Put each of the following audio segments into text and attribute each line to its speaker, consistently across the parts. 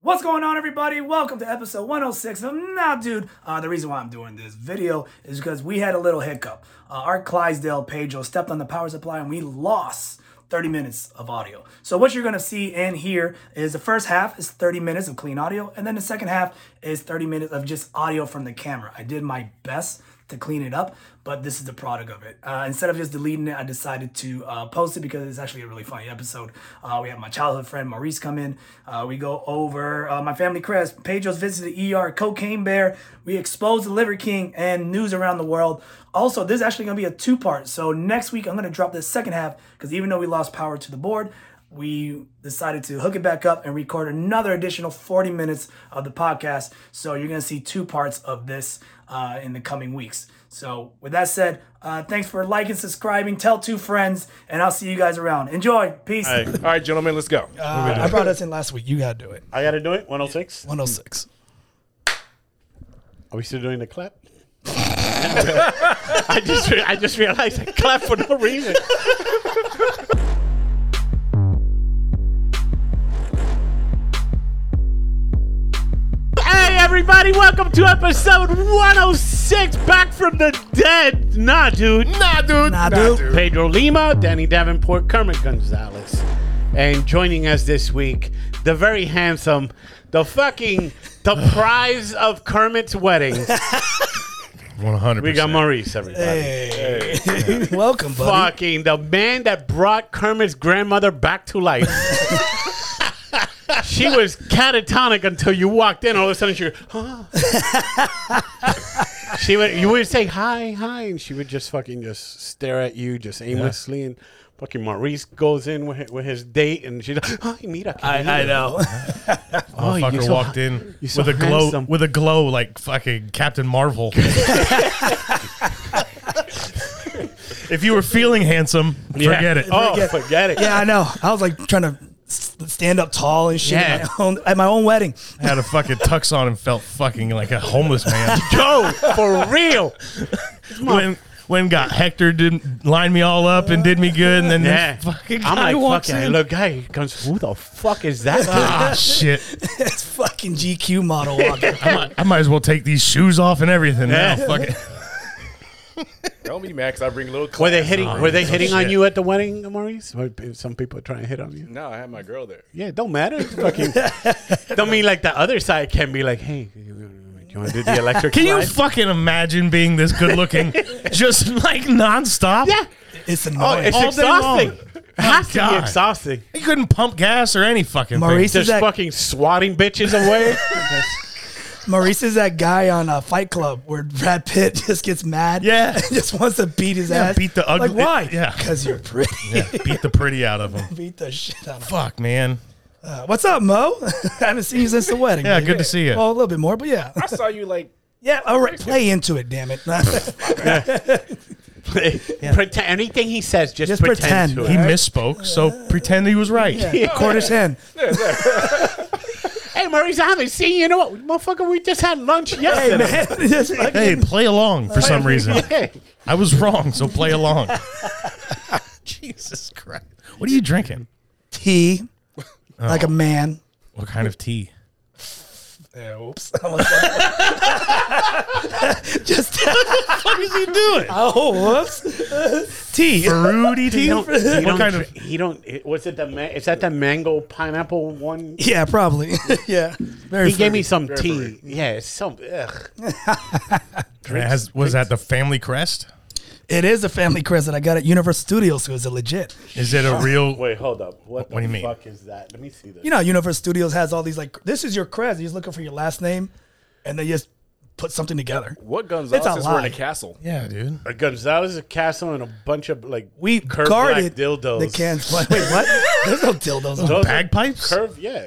Speaker 1: What's going on, everybody? Welcome to episode 106 of Nah Dude. Uh, the reason why I'm doing this video is because we had a little hiccup. Uh, our Clydesdale Pedro stepped on the power supply and we lost 30 minutes of audio. So, what you're going to see in here is the first half is 30 minutes of clean audio, and then the second half is 30 minutes of just audio from the camera. I did my best to clean it up, but this is the product of it. Uh, instead of just deleting it, I decided to uh, post it because it's actually a really funny episode. Uh, we have my childhood friend Maurice come in. Uh, we go over uh, my family crest, Pedro's visit to the ER, Cocaine Bear. We expose the Liver King and news around the world. Also, this is actually going to be a two part. So next week, I'm going to drop the second half because even though we lost power to the board, we decided to hook it back up and record another additional 40 minutes of the podcast. So you're going to see two parts of this uh, in the coming weeks. So, with that said, uh, thanks for liking, subscribing, tell two friends, and I'll see you guys around. Enjoy. Peace.
Speaker 2: Hey, all right, gentlemen, let's go.
Speaker 3: Uh, I brought us in last week. You got to do it.
Speaker 4: I got to do it. 106.
Speaker 3: 106.
Speaker 4: Are we still doing the clap? I just re- I just realized I clap for no reason. hey everybody, welcome to episode 106 back from the dead. Nah, dude.
Speaker 2: Nah, dude.
Speaker 3: Nah, dude.
Speaker 4: Pedro Lima, Danny Davenport, Kermit Gonzalez. And joining us this week, the very handsome, the fucking, the prize of Kermit's wedding.
Speaker 2: One hundred.
Speaker 4: We got Maurice, everybody.
Speaker 3: Welcome, buddy.
Speaker 4: Fucking the man that brought Kermit's grandmother back to life. she was catatonic until you walked in. All of a sudden, she would, huh? she would, you would say hi, hi, and she would just fucking just stare at you, just aimlessly, and fucking Maurice goes in with his, with his date, and she's like, "Hi, mira, querida."
Speaker 3: know.
Speaker 4: Oh, you're
Speaker 2: Motherfucker
Speaker 4: so
Speaker 2: walked
Speaker 4: hi-
Speaker 2: in
Speaker 4: you're
Speaker 2: with
Speaker 4: so
Speaker 2: a glow,
Speaker 4: handsome.
Speaker 2: with a glow like fucking Captain Marvel. if you were feeling handsome,
Speaker 4: Yeah.
Speaker 2: forget it.
Speaker 4: Oh, forget it.
Speaker 3: Yeah, I know. I was like trying to s- stand up tall and shit
Speaker 4: Yeah.
Speaker 3: at, my own, at my own wedding.
Speaker 2: I had a fucking tux on and felt fucking like a homeless man.
Speaker 4: Yo, for real.
Speaker 2: when when got Hector didn't line me all up and did me good, and then
Speaker 4: Yeah.
Speaker 2: this fucking guy
Speaker 4: I'm like,
Speaker 2: walks
Speaker 4: fucking,
Speaker 2: in.
Speaker 4: look, guy comes, who the fuck is that? dude?"
Speaker 2: Ah, shit.
Speaker 3: That's fucking GQ model walking.
Speaker 2: I might, I might as well take these shoes off and everything
Speaker 4: Yeah.
Speaker 2: now. Fuck it.
Speaker 5: Tell me, Max, I bring little.
Speaker 4: Were
Speaker 5: Class.
Speaker 4: they hitting? were they hitting on
Speaker 2: shit.
Speaker 4: you at the wedding, Maurice? Were p- Some people trying to hit on you.
Speaker 5: No, I had my girl there.
Speaker 4: Yeah, don't matter. It's Fucking, don't mean like the other side can be like, hey, you, want to do the electric?
Speaker 2: Can you
Speaker 4: slide?"
Speaker 2: fucking imagine being this good looking, just like nonstop?
Speaker 4: yeah,
Speaker 3: It's
Speaker 4: oh,
Speaker 3: annoying.
Speaker 4: it's
Speaker 2: All day
Speaker 4: exhausting.
Speaker 2: long. Oh,
Speaker 4: It has to be
Speaker 2: God.
Speaker 4: exhausting.
Speaker 2: He couldn't pump gas or any fucking
Speaker 3: Maurice
Speaker 2: thing.
Speaker 4: Just
Speaker 3: is that
Speaker 4: fucking swatting bitches away.
Speaker 3: Maurice is that guy on uh, Fight Club where Brad Pitt just gets mad.
Speaker 2: Yeah.
Speaker 3: and just wants to beat his
Speaker 2: Yeah,
Speaker 3: ass.
Speaker 2: beat the ugly-
Speaker 3: Like why?
Speaker 2: yeah.
Speaker 3: because you're pretty.
Speaker 2: Yeah, beat the pretty out of him.
Speaker 3: Beat the shit out of him.
Speaker 2: Fuck, man.
Speaker 3: Uh, What's up, Mo? I haven't seen you since the wedding.
Speaker 2: Yeah,
Speaker 3: man.
Speaker 2: good to see you.
Speaker 3: Well, a little bit more, but yeah.
Speaker 5: I saw you like.
Speaker 3: Yeah, all right. Play into it, damn it. just
Speaker 4: pretend anything he says, just, pretend.
Speaker 3: pretend.
Speaker 4: to
Speaker 2: He
Speaker 4: it.
Speaker 2: misspoke, so pretend he was right.
Speaker 3: Quarter ten.
Speaker 4: Hey, Maurice, I haven't seen you. You know what, motherfucker? We just had lunch
Speaker 3: Hey,
Speaker 4: yesterday.
Speaker 3: man. Just fucking-
Speaker 2: Hey, play along for some reason.
Speaker 4: Yeah.
Speaker 2: I was wrong, so play along. Jesus Christ. What are you drinking?
Speaker 3: Tea. Like
Speaker 2: Oh.
Speaker 3: a man.
Speaker 2: What kind of tea?
Speaker 5: Yeah, oops.
Speaker 3: Just
Speaker 2: What is he doing?
Speaker 3: oh whoops. Tea.
Speaker 2: Fruity tea?
Speaker 4: He don't- he
Speaker 2: What
Speaker 4: don't
Speaker 2: kind
Speaker 4: dr-
Speaker 2: of
Speaker 4: He don't. it- Was it the? ma- Is that the mango pineapple one?
Speaker 3: Yeah, probably. yeah. Very
Speaker 4: He gave me
Speaker 3: fruity.
Speaker 4: some tea. Yeah, it's some. Ugh.
Speaker 2: It has- was that the family crest?
Speaker 3: It is a family crest that I got at Universal Studios, so it's a legit.
Speaker 2: Is it a real
Speaker 4: Wait, hold up. What,
Speaker 2: What do
Speaker 4: the
Speaker 2: you mean?
Speaker 4: fuck is that? Let me see this.
Speaker 3: You know, how Universal Studios has all these like this is your crest. You're just looking for your last name and they just put something together.
Speaker 5: What guns?
Speaker 3: It's a
Speaker 5: We're in
Speaker 3: lie.
Speaker 5: a castle.
Speaker 2: Yeah, dude.
Speaker 4: A Gonzalez a castle and a bunch of like
Speaker 3: We
Speaker 4: curved
Speaker 3: guarded
Speaker 4: black dildos.
Speaker 3: the cans. Wait, what? There's no dildos. on
Speaker 4: Those are
Speaker 2: Bagpipes?
Speaker 4: Curved, yeah.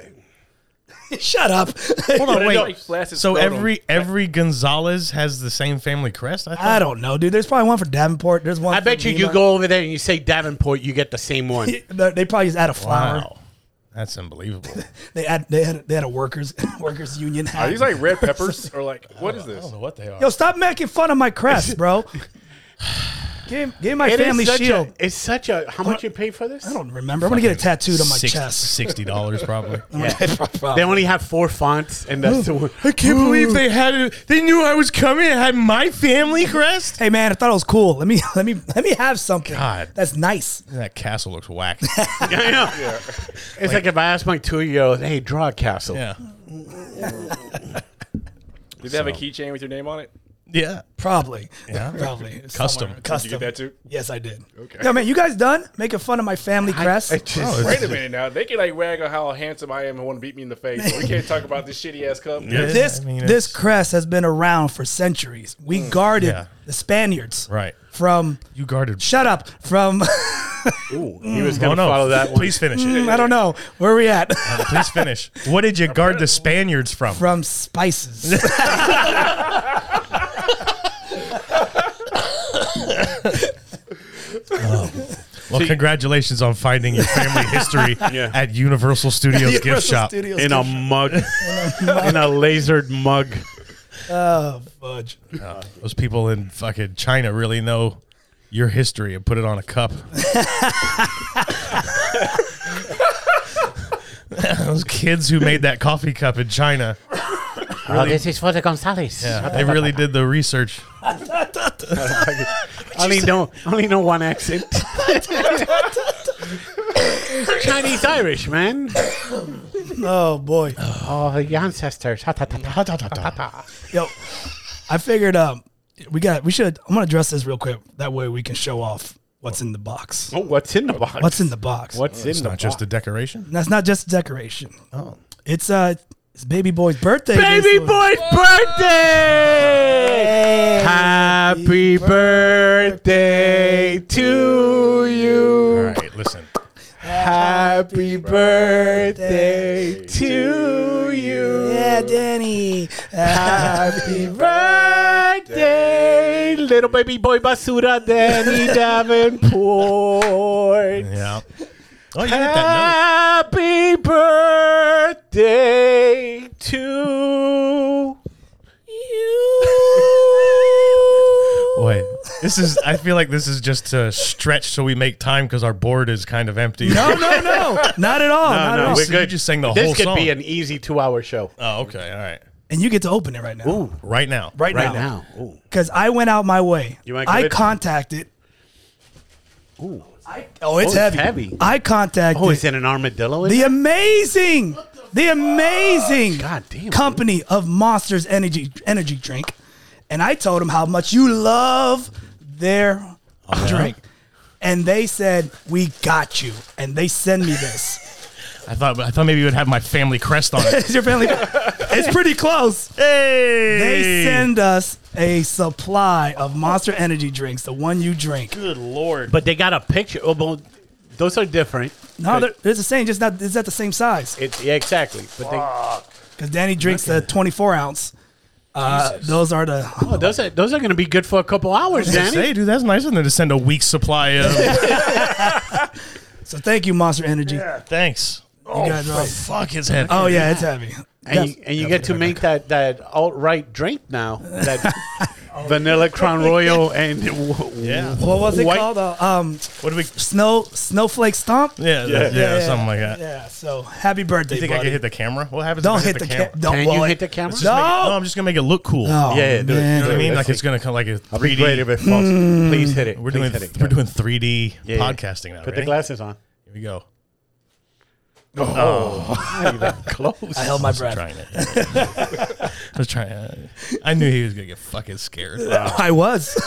Speaker 3: Shut up.
Speaker 2: Hold on,
Speaker 5: But it don't-
Speaker 2: wait.
Speaker 5: like, plastic
Speaker 2: So
Speaker 5: scrotum.
Speaker 2: every every Gonzalez has the same family crest. I,
Speaker 3: I
Speaker 2: thought?
Speaker 3: don't know, dude. There's probably one for Davenport. There's one.
Speaker 4: I
Speaker 3: for
Speaker 4: bet you you
Speaker 3: Lima.
Speaker 4: go over there and you say Davenport, you get the same one.
Speaker 3: They they probably just add a flower.
Speaker 2: Wow, that's unbelievable.
Speaker 3: They had they had they had a workers workers union hat.
Speaker 5: Are these Oh, like red peppers or like what is this?
Speaker 2: what they are.
Speaker 3: Yo, stop making fun of my crest, bro. Give, give my
Speaker 4: It is
Speaker 3: family
Speaker 4: such a-
Speaker 3: shield.
Speaker 4: it's such a. How much you pay for this?
Speaker 3: I I don't remember. I'm gonna get it tattooed on my
Speaker 2: Six-
Speaker 3: chest.
Speaker 2: Sixty dollars probably.
Speaker 4: They only have four fonts, and that's the one.
Speaker 2: I can't believe they had it. They knew I was coming. It had my family crest.
Speaker 3: Hey man, I thought it was cool. Let me let me let me have something.
Speaker 2: God.
Speaker 3: That's nice.
Speaker 2: That castle looks whack.
Speaker 4: I know. It's like, if I ask my two-year-old, "Hey, draw a castle."
Speaker 2: yeah.
Speaker 5: Did they have a keychain with your name on it?
Speaker 2: Yeah.
Speaker 3: Probably.
Speaker 2: Yeah.
Speaker 3: Probably. It's
Speaker 2: Custom.
Speaker 3: somewhere.
Speaker 5: Did you
Speaker 3: Custom.
Speaker 5: get that too?
Speaker 3: Yes, I did. Okay.
Speaker 5: Okay.
Speaker 3: Yeah, man, you guys done making fun of my family
Speaker 4: I-
Speaker 3: crest?
Speaker 4: I just-
Speaker 5: Wait a minute now. They can like rag on how handsome I am and want to beat me in the face. but we can't talk about this shitty ass cup.
Speaker 2: Yeah.
Speaker 3: this
Speaker 2: I mean,
Speaker 3: this
Speaker 2: it's-
Speaker 3: crest has been around for centuries. We
Speaker 5: Mm.
Speaker 3: guarded
Speaker 2: Yeah.
Speaker 3: the Spaniards
Speaker 2: Right.
Speaker 3: from.
Speaker 2: You guarded.
Speaker 3: Shut up! From
Speaker 4: Ooh, he was
Speaker 2: Oh
Speaker 4: gonna
Speaker 2: no!
Speaker 4: follow that one.
Speaker 2: Please finish it.
Speaker 3: I don't know where we at.
Speaker 2: Please finish. What did you guard the Spaniards from?
Speaker 3: from spices.
Speaker 2: Well, congratulations on finding your family history at Universal Studios gift
Speaker 3: Universal
Speaker 2: shop.
Speaker 3: Studios
Speaker 4: in a mug, in a lasered mug.
Speaker 3: Oh, fudge.
Speaker 2: Uh, Those people in fucking China really know your history and put it on a cup. Those kids who made that coffee cup in China,
Speaker 4: Oh, this is for the Gonzalez.
Speaker 2: they really did the research.
Speaker 4: Only know, only know one accent. Chinese Irish man.
Speaker 3: Oh, boy.
Speaker 4: Oh, the ancestors. Ha, ta, ta, ta, ha, ta, ta, ta, ta.
Speaker 3: Yo, I figured um, we got, we should, I'm going to address this real quick. That way we can show off what's in the box.
Speaker 4: Oh, what's in the box?
Speaker 3: What's in the box?
Speaker 4: What's in
Speaker 2: It's
Speaker 4: the
Speaker 2: not
Speaker 4: box?
Speaker 2: just a decoration.
Speaker 3: That's not just decoration. Oh. It's, uh, it's baby boy's birthday.
Speaker 4: baby
Speaker 3: this-
Speaker 4: boy's birthday.
Speaker 3: Hey.
Speaker 4: Happy birthday to
Speaker 2: All
Speaker 4: you.
Speaker 2: right, listen.
Speaker 4: Happy birthday to you.
Speaker 3: Yeah, Danny.
Speaker 4: Happy birthday, little baby boy basura Danny Davenport.
Speaker 2: Yeah. Oh, you hit that note.
Speaker 4: Happy birthday to you.
Speaker 2: Wait, this is. I feel like this is just to stretch so we make time because our board is kind of empty.
Speaker 3: No, no, no. Not at all. not at
Speaker 4: no,
Speaker 3: all.
Speaker 4: we're
Speaker 2: So you
Speaker 4: good.
Speaker 2: just sang the
Speaker 4: This
Speaker 2: whole
Speaker 4: could
Speaker 2: song.
Speaker 4: be an easy two-hour show.
Speaker 2: oh, okay. All right.
Speaker 3: And you get to open it right now.
Speaker 2: Right now.
Speaker 3: Right,
Speaker 4: Right
Speaker 3: now.
Speaker 4: now, Ooh.
Speaker 3: Because I went out my way.
Speaker 4: You might
Speaker 3: I
Speaker 4: commit-
Speaker 3: contacted.
Speaker 4: Ooh.
Speaker 3: Oh, it's
Speaker 4: it's
Speaker 3: heavy.
Speaker 4: heavy.
Speaker 3: I contacted.
Speaker 4: Oh, is it an armadillo? in
Speaker 3: the
Speaker 4: it?
Speaker 3: amazing, the amazing
Speaker 4: God damn, dude.
Speaker 3: company of Monsters Energy Energy Drink, and I told them how much you love their drink, and they said we got you, and they send me this.
Speaker 2: I thought. I thought maybe you would have my family crest on it.
Speaker 3: Is your family? it's pretty close.
Speaker 2: hey.
Speaker 3: They send us a supply of Monster Energy drinks, the one you drink.
Speaker 2: Good lord.
Speaker 4: But they got a picture. Oh, well, those are different.
Speaker 3: No, they're, they're the same, just not it's at the same size.
Speaker 4: It's yeah, exactly. But they,
Speaker 2: Ah,
Speaker 3: Because Danny drinks the 24 ounce. Uh, those are the
Speaker 4: oh, those are those are going to be good for a couple hours, Danny.
Speaker 2: Hey, dude, that's nicer than to send a week's supply of.
Speaker 3: So thank you, Monster Energy.
Speaker 2: Thanks. Oh,
Speaker 3: You guys are-
Speaker 2: Fuck his head.
Speaker 3: Oh yeah, it's heavy.
Speaker 4: and you, and you get to make that that alt right drink now. That vanilla crown royal and
Speaker 2: Oh, Yeah.
Speaker 3: What was it
Speaker 4: White-
Speaker 3: called? Uh, um,
Speaker 2: What do we?
Speaker 3: snow snowflake stomp.
Speaker 2: Yeah, yeah, yeah, something like that.
Speaker 3: Yeah. So happy birthday,
Speaker 2: You think I
Speaker 3: buddy.
Speaker 2: can hit the camera? What happens?
Speaker 3: don't
Speaker 2: if I
Speaker 3: hit the, camera. don't,
Speaker 4: Can you
Speaker 3: well,
Speaker 4: hit the camera?
Speaker 3: No.
Speaker 2: No, I'm just gonna make it look cool.
Speaker 3: Oh,
Speaker 4: Yeah, yeah, do it.
Speaker 2: You know what I
Speaker 3: man.
Speaker 2: mean?
Speaker 4: Let's
Speaker 2: Like it's
Speaker 4: see.
Speaker 2: gonna come like a
Speaker 4: I'll be
Speaker 2: 3D.
Speaker 4: great if it falls. Please hit it.
Speaker 2: We're
Speaker 4: Please
Speaker 2: doing
Speaker 4: hit it.
Speaker 2: we're doing 3D
Speaker 4: Yeah, yeah.
Speaker 2: podcasting now.
Speaker 4: Put the
Speaker 2: ready?
Speaker 4: glasses on.
Speaker 2: Here we go.
Speaker 4: Not even close.
Speaker 3: I held my
Speaker 2: I was
Speaker 3: breath.
Speaker 2: trying it. I was trying. uh, I knew he was gonna get fucking scared.
Speaker 3: I was.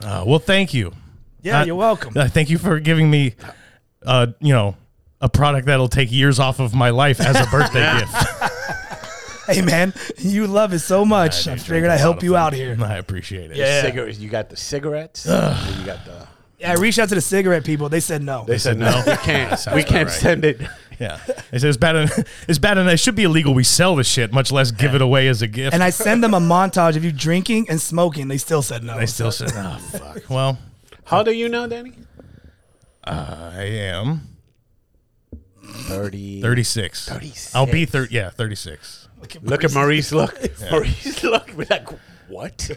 Speaker 2: Uh, well, thank you.
Speaker 3: Yeah,
Speaker 2: Uh,
Speaker 3: you're welcome.
Speaker 2: Uh, thank you for giving me, uh, you know, a product that'll take years off of my life as a birthday gift.
Speaker 3: hey man, you love it so much. I,
Speaker 2: dude,
Speaker 3: figured
Speaker 2: drink
Speaker 3: I'd
Speaker 2: a
Speaker 3: help
Speaker 2: lot
Speaker 3: you
Speaker 2: of
Speaker 3: out
Speaker 2: them.
Speaker 3: here.
Speaker 2: I appreciate it.
Speaker 3: Yeah.
Speaker 4: Cigarettes. You got the cigarettes. and you got the.
Speaker 3: Yeah, I reached out to the cigarette people. They said no.
Speaker 4: They said no. We can't.
Speaker 2: sounds
Speaker 4: We
Speaker 2: about
Speaker 4: can't
Speaker 2: right.
Speaker 4: send it.
Speaker 2: Yeah. They said it's bad. En- it's bad enough. It should be illegal. We sell this shit, much less give it away as a gift.
Speaker 3: and I send them a montage of you drinking and smoking. They still said no.
Speaker 2: they still said, "Oh fuck." Well,
Speaker 4: How do you know, Danny?
Speaker 2: I am
Speaker 4: Thirty.
Speaker 2: 36.
Speaker 4: 36.
Speaker 2: I'll be thir- Yeah, 36.
Speaker 4: Look at Maurice. Look, Maurice. Look. We're like, What?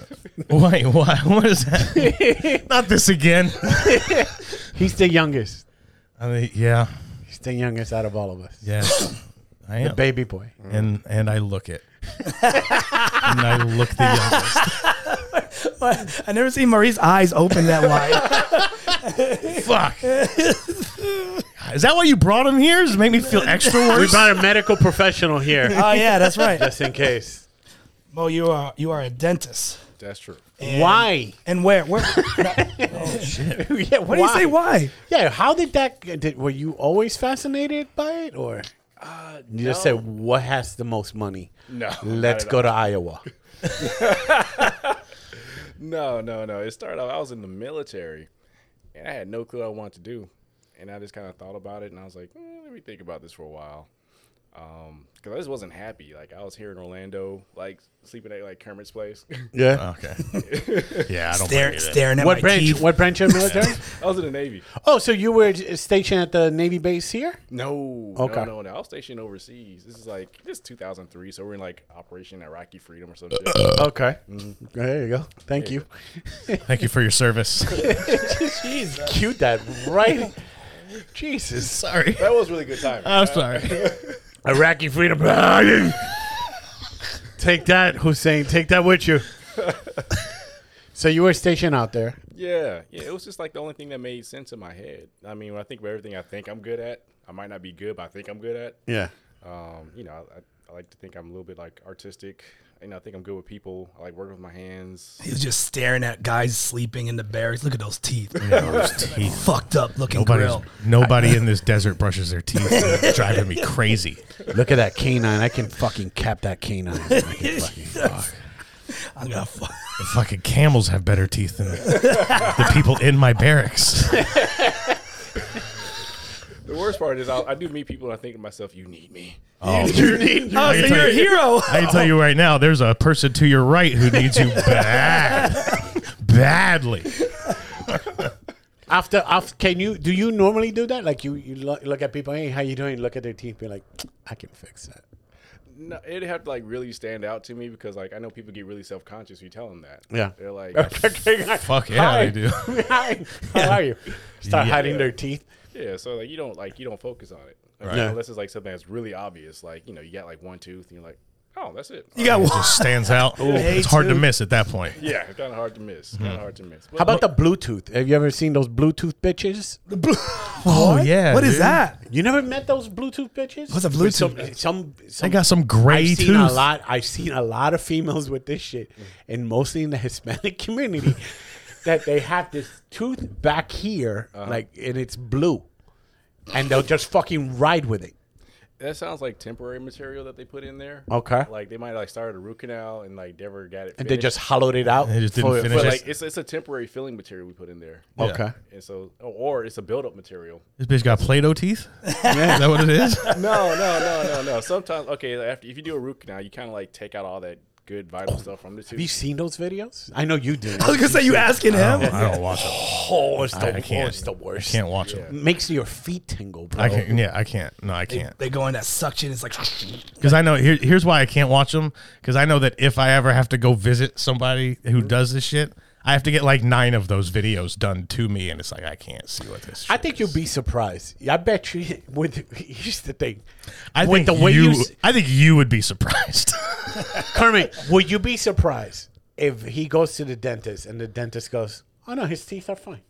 Speaker 2: Wait, what? What is that? Not this again.
Speaker 4: He's the youngest.
Speaker 2: I mean, yeah,
Speaker 4: He's the youngest out of all of us.
Speaker 2: yeah. I am,
Speaker 4: Baby boy.
Speaker 2: and and I look it, and I look the youngest.
Speaker 3: I never seen Marie's eyes open that wide.
Speaker 2: Fuck. Is that why you brought him here? Is it make me feel extra
Speaker 4: We
Speaker 2: worse?
Speaker 4: brought a medical professional here
Speaker 3: oh yeah, that's right.
Speaker 4: just in case.
Speaker 3: Mo, you are you are a dentist.
Speaker 5: That's true.
Speaker 4: Why?
Speaker 3: And where? Where? what
Speaker 4: yeah,
Speaker 3: do you say? Why?
Speaker 4: Yeah, how did that? Did, were you always fascinated by it, or you just said what has the most money?
Speaker 5: No,
Speaker 4: let's
Speaker 5: not at
Speaker 4: go to Iowa.
Speaker 5: No, no, no. It started out, I was in the military and I had no clue what I wanted to do. And I just kind of thought about it and I was like, "Mm, let me think about this for a while. Because I just wasn't happy. Like, I was here in Orlando, like, sleeping at, like, Kermit's place.
Speaker 4: Yeah.
Speaker 2: okay. Yeah, I don't blame
Speaker 3: Stare,
Speaker 2: you there.
Speaker 3: staring at
Speaker 4: what
Speaker 3: my
Speaker 4: branch?
Speaker 3: teeth.
Speaker 4: What branch of military?
Speaker 5: I was in the Navy.
Speaker 4: oh, so you were j- stationed at the Navy base here?
Speaker 5: No,
Speaker 4: Okay.
Speaker 5: no, no, no. I was stationed overseas. This is like this is 2003, so we're in like Operation Iraqi Freedom or some shit.
Speaker 4: Okay. Mm-hmm. There you go. Thank you.
Speaker 2: Thank you for your service.
Speaker 4: Jeez, cute that right. Jesus.
Speaker 2: sorry.
Speaker 5: That was really good timing.
Speaker 2: I'm sorry.
Speaker 4: Iraqi freedom. take that, Hussein. Take that with you. so you were stationed out there.
Speaker 5: yeah, yeah. It was just like the only thing that made sense in my head. I mean, when I think about everything I think I'm good at, I might not be good, but I think I'm good at.
Speaker 4: Yeah.
Speaker 5: Um, you know, I, I like to think I'm a little bit like artistic. You know, I think I'm good with people. I like working with my hands.
Speaker 3: He was just staring at guys sleeping in the barracks. Look at those teeth.
Speaker 2: Those teeth.
Speaker 3: Fucked up looking grill.
Speaker 2: Nobody's, nobody in this desert brushes their teeth. It's driving me crazy.
Speaker 4: Look at that canine. I can fucking cap that canine. I can fucking- fuck.
Speaker 3: I'm gonna fuck.
Speaker 2: The fucking camels have better teeth than the people in my barracks.
Speaker 5: The worst part is, I'll, I do meet people and I think to myself, "You need me."
Speaker 4: you need
Speaker 3: Oh, so
Speaker 2: can tell
Speaker 3: you're a
Speaker 2: you-
Speaker 3: hero.
Speaker 2: I can tell you right now, there's a person to your right who needs you bad, badly.
Speaker 4: after after can you do you normally do that? Like you you lo- look at people, hey, how you doing? Look at their teeth, be like, I can fix that.
Speaker 5: No, it'd have to like really stand out to me because like I know people get really self conscious. You tell them that.
Speaker 4: Yeah.
Speaker 5: They're like,
Speaker 2: Fuck yeah,
Speaker 4: Hi.
Speaker 2: they do.
Speaker 4: Hi, how are you? Start
Speaker 2: Yeah.
Speaker 4: hiding their teeth.
Speaker 5: Yeah, so like you don't like you don't focus on it Like,
Speaker 4: Yeah.
Speaker 5: unless it's like something that's really obvious. Like you know you got like one tooth and you're like, oh, that's it.
Speaker 3: You got
Speaker 2: It
Speaker 3: one.
Speaker 2: just stands out.
Speaker 3: Hey,
Speaker 2: it's hard to
Speaker 3: dude.
Speaker 2: miss at that point.
Speaker 5: yeah, it's kind of hard to miss. Kind of hard to miss. But
Speaker 4: How about the Bluetooth? Have you ever seen those Bluetooth bitches?
Speaker 2: Oh yeah.
Speaker 3: What is
Speaker 2: dude.
Speaker 3: that?
Speaker 4: You never met those Bluetooth bitches?
Speaker 3: What's a
Speaker 4: With
Speaker 3: Bluetooth?
Speaker 4: Some, some,
Speaker 2: They
Speaker 4: some
Speaker 2: got some gray
Speaker 4: I've seen a
Speaker 2: tooth.
Speaker 4: lot. I've seen a lot of females with this shit, and mostly in the Hispanic community, that they have this tooth back here, like, and it's blue, and they'll just fucking ride with it.
Speaker 5: that sounds like temporary material that they put in there.
Speaker 4: Okay.
Speaker 5: Like they might like started a root canal and like never got it.
Speaker 4: And they
Speaker 5: finished.
Speaker 4: just hollowed it out.
Speaker 2: They just didn't
Speaker 4: for-
Speaker 2: finish
Speaker 5: But
Speaker 2: it.
Speaker 5: like it's it's a temporary filling material we put in there.
Speaker 4: Okay.
Speaker 5: And so or it's a buildup material.
Speaker 2: This bitch got Play-Doh teeth. Is that what it is?
Speaker 5: No, no, no, no, no. Sometimes okay, after if you do a root canal, you kind of like take out all that good vital stuff from the
Speaker 4: Have you
Speaker 5: tooth.
Speaker 4: seen those videos? I know you do.
Speaker 2: Oh,
Speaker 3: I was gonna say you asking him.
Speaker 2: I don't watch them.
Speaker 4: Oh, it's the,
Speaker 2: I
Speaker 4: oh,
Speaker 2: can't.
Speaker 4: it's the worst.
Speaker 2: Can't watch them.
Speaker 4: Makes your feet tingle, bro.
Speaker 2: I can't. Yeah, I can't. No, I can't.
Speaker 3: They go in that suction. It's like
Speaker 2: Because I know here, here's why I can't watch them. Because I know that if I ever have to go visit somebody who
Speaker 4: Mm-hmm.
Speaker 2: does this shit, I have to get like nine of those videos done to me, and it's like I can't see what this. Shit
Speaker 4: I think you'll be surprised. I bet you. With here's the thing,
Speaker 2: I
Speaker 4: with
Speaker 2: think
Speaker 4: the way
Speaker 2: you,
Speaker 4: you s-
Speaker 2: I think you would be surprised.
Speaker 4: Kermit, would you be surprised if he goes to the dentist and the dentist goes, "Oh no, his teeth are fine."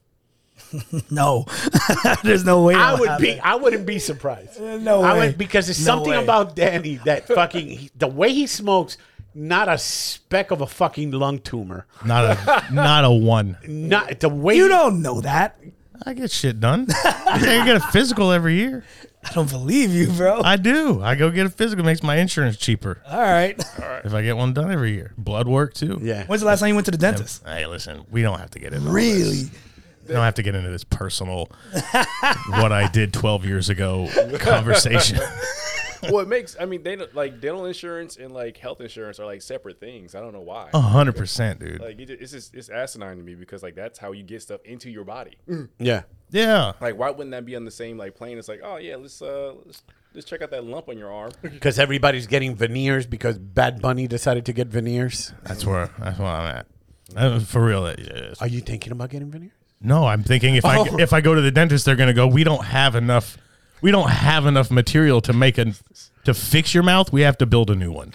Speaker 3: no. There's no way.
Speaker 4: I
Speaker 3: it'll
Speaker 4: would be.
Speaker 3: happen.
Speaker 4: I wouldn't be surprised.
Speaker 3: no
Speaker 4: I
Speaker 3: way.
Speaker 4: would because there's
Speaker 3: No
Speaker 4: something
Speaker 3: way.
Speaker 4: about Danny that fucking he- the way he smokes. Not a speck of a fucking lung tumor.
Speaker 2: not a, not a one.
Speaker 4: Not the way
Speaker 3: You don't know that.
Speaker 2: I get shit done. I get a physical every year.
Speaker 3: I don't believe you, bro.
Speaker 2: I do. I go get a physical. Makes my insurance cheaper
Speaker 3: All right.
Speaker 2: if I get one done every year. Blood work too.
Speaker 4: Yeah.
Speaker 3: When's the last time you went to the dentist?
Speaker 2: Hey, listen, we don't have to get into
Speaker 3: Really?
Speaker 2: I don't have to get into this personal what I did 12 years ago conversation.
Speaker 5: well, it makes. I mean, they don't, like dental insurance and like health insurance are like separate things. I don't know why.
Speaker 2: Oh. 100%, dude.
Speaker 5: Like it, ju- it's just it's asinine to me because like that's how you get stuff into your body.
Speaker 4: Yeah.
Speaker 2: Yeah.
Speaker 5: Like why wouldn't that be on the same like plane? It's like oh yeah, let's uh let's, Just check out that lump on your arm.
Speaker 4: Because everybody's getting veneers because Bad Bunny decided to get veneers.
Speaker 2: That's where that's where I'm at. Uh, for real, it is.
Speaker 4: Are you thinking about getting veneers?
Speaker 2: No, I'm thinking if I
Speaker 4: Oh.
Speaker 2: if I go to the dentist, they're gonna go. We don't have enough. We don't have enough material to make a to fix your mouth. We have to build a new one.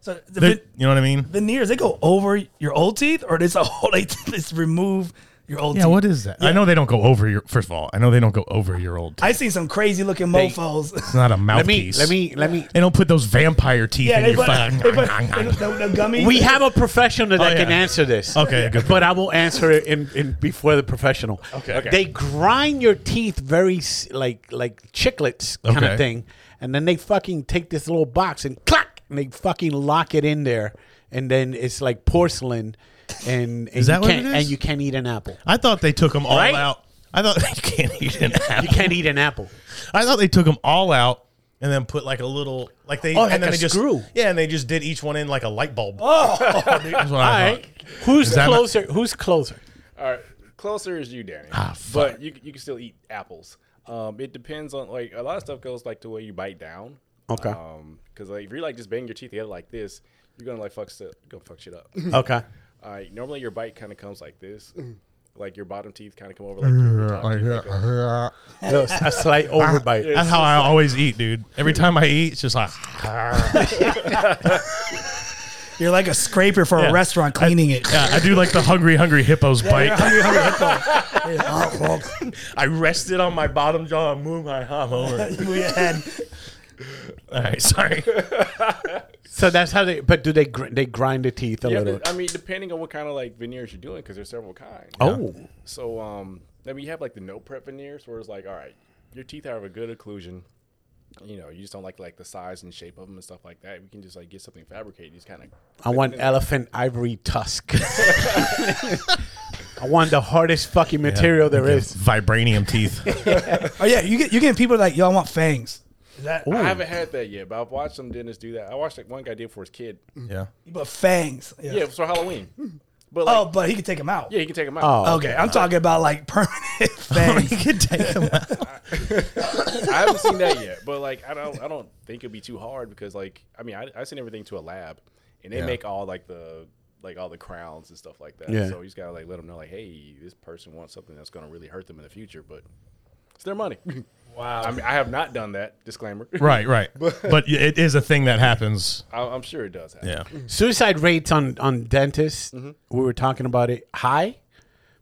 Speaker 3: So the
Speaker 2: They're-
Speaker 3: ve-
Speaker 2: you know what I mean?
Speaker 3: veneers, they go over your old teeth, or this whole they just remove your old
Speaker 2: Yeah.
Speaker 3: teeth.
Speaker 2: What is that? I know they don't go over your. First of all, I know they don't go over your old. Teeth.
Speaker 3: I seen some crazy looking mofos.
Speaker 2: It's not a
Speaker 4: Let me,
Speaker 2: mouthpiece.
Speaker 4: let me, let me.
Speaker 2: They don't put those vampire teeth
Speaker 3: yeah,
Speaker 2: in
Speaker 3: they
Speaker 2: your
Speaker 3: put,
Speaker 2: fucking.
Speaker 3: they put the, the gummy.
Speaker 4: We have a professional that
Speaker 2: Oh, yeah.
Speaker 4: can answer this.
Speaker 2: Okay, good.
Speaker 4: But I will answer it in, in before the professional.
Speaker 2: Okay. Okay.
Speaker 4: They grind your teeth very s- like like chiclets kind
Speaker 2: Okay.
Speaker 4: of thing, and then they fucking take this little box and clack, and they fucking lock it in there, and then it's like porcelain, and, and
Speaker 2: Is that
Speaker 4: you
Speaker 2: what
Speaker 4: can't,
Speaker 2: it
Speaker 4: and
Speaker 2: is?
Speaker 4: you can't eat an apple.
Speaker 2: I thought they took them all
Speaker 4: Right?
Speaker 2: out. I thought you can't eat an apple.
Speaker 4: You can't eat an apple.
Speaker 2: I thought they took them all out and then put like a little like they
Speaker 4: Oh,
Speaker 2: and
Speaker 4: like
Speaker 2: then
Speaker 4: a
Speaker 2: they just
Speaker 4: screw.
Speaker 2: yeah and they just did each one in like a light bulb. Oh, that's what
Speaker 4: All
Speaker 2: I
Speaker 4: right.
Speaker 2: thought.
Speaker 4: Who's
Speaker 2: that not-
Speaker 4: closer? who's closer?
Speaker 5: All right, closer is you, Danny. But you you can still eat apples. Um, it depends on like a lot of stuff goes like the way you bite down.
Speaker 4: Okay.
Speaker 5: Um, because like if you're like just banging your teeth together like this, you're gonna like fuck shit, you're gonna fuck shit up.
Speaker 4: Okay.
Speaker 5: All right. Normally your bite kind of comes like this,
Speaker 4: Mm.
Speaker 5: like your bottom teeth kind of come over like.
Speaker 4: Mm-hmm.
Speaker 5: your top teeth, like a-
Speaker 4: No, it's a slight
Speaker 2: Ah.
Speaker 4: overbite.
Speaker 2: That's how I always eat, dude. Every time I eat, it's just like
Speaker 3: You're like a scraper for
Speaker 2: Yeah.
Speaker 3: a restaurant cleaning it.
Speaker 2: yeah, I do like the hungry, hungry hippos
Speaker 3: You're a
Speaker 2: bite.
Speaker 3: hungry, hungry hippo. You're like, oh,
Speaker 2: I rest it on my bottom jaw and move my arm over.
Speaker 3: well, move your head.
Speaker 2: All right, sorry.
Speaker 4: So that's how they. But do they gr- they grind the teeth a
Speaker 5: Yeah,
Speaker 4: little?
Speaker 5: I mean, depending on what kind of like veneers you're doing, because there's several kinds.
Speaker 4: Oh,
Speaker 5: So um, I mean, you have like the no prep veneers, where it's like, all right, your teeth have a good occlusion. You know, you just don't like like the size and shape of them and stuff like that. We can just like get something fabricated. Just kind of.
Speaker 4: I want elephant ivory tusk. I want the hardest fucking material there is.
Speaker 2: Vibranium teeth.
Speaker 3: Oh yeah, you get you getting people like, yo, I want fangs. Is that
Speaker 5: I haven't had that yet, but I've watched some dentists do that. I watched like one guy did for his kid.
Speaker 4: Mm.
Speaker 2: Yeah.
Speaker 3: but fangs? Yeah.
Speaker 5: Yeah, for Halloween. But like,
Speaker 3: Oh, but he could take them out.
Speaker 5: yeah, you can take them out.
Speaker 4: Oh,
Speaker 3: Okay, I'm talking about like permanent fangs.
Speaker 2: could take them out.
Speaker 5: I haven't seen that yet, but like I don't I don't think it'd be too hard because like I mean I I sent everything to a lab, and they make all like the like all the crowns and stuff like that.
Speaker 4: Yeah.
Speaker 5: So you just gotta like let them know like hey this person wants something that's gonna really hurt them in the future, but it's their money. Wow. I mean I have not done that disclaimer.
Speaker 2: Right, right. But it is a thing that happens. Oh,
Speaker 5: I, I'm sure it does happen.
Speaker 2: Yeah.
Speaker 4: Suicide rates on on dentists.
Speaker 5: Mm-hmm.
Speaker 4: We were talking about it high,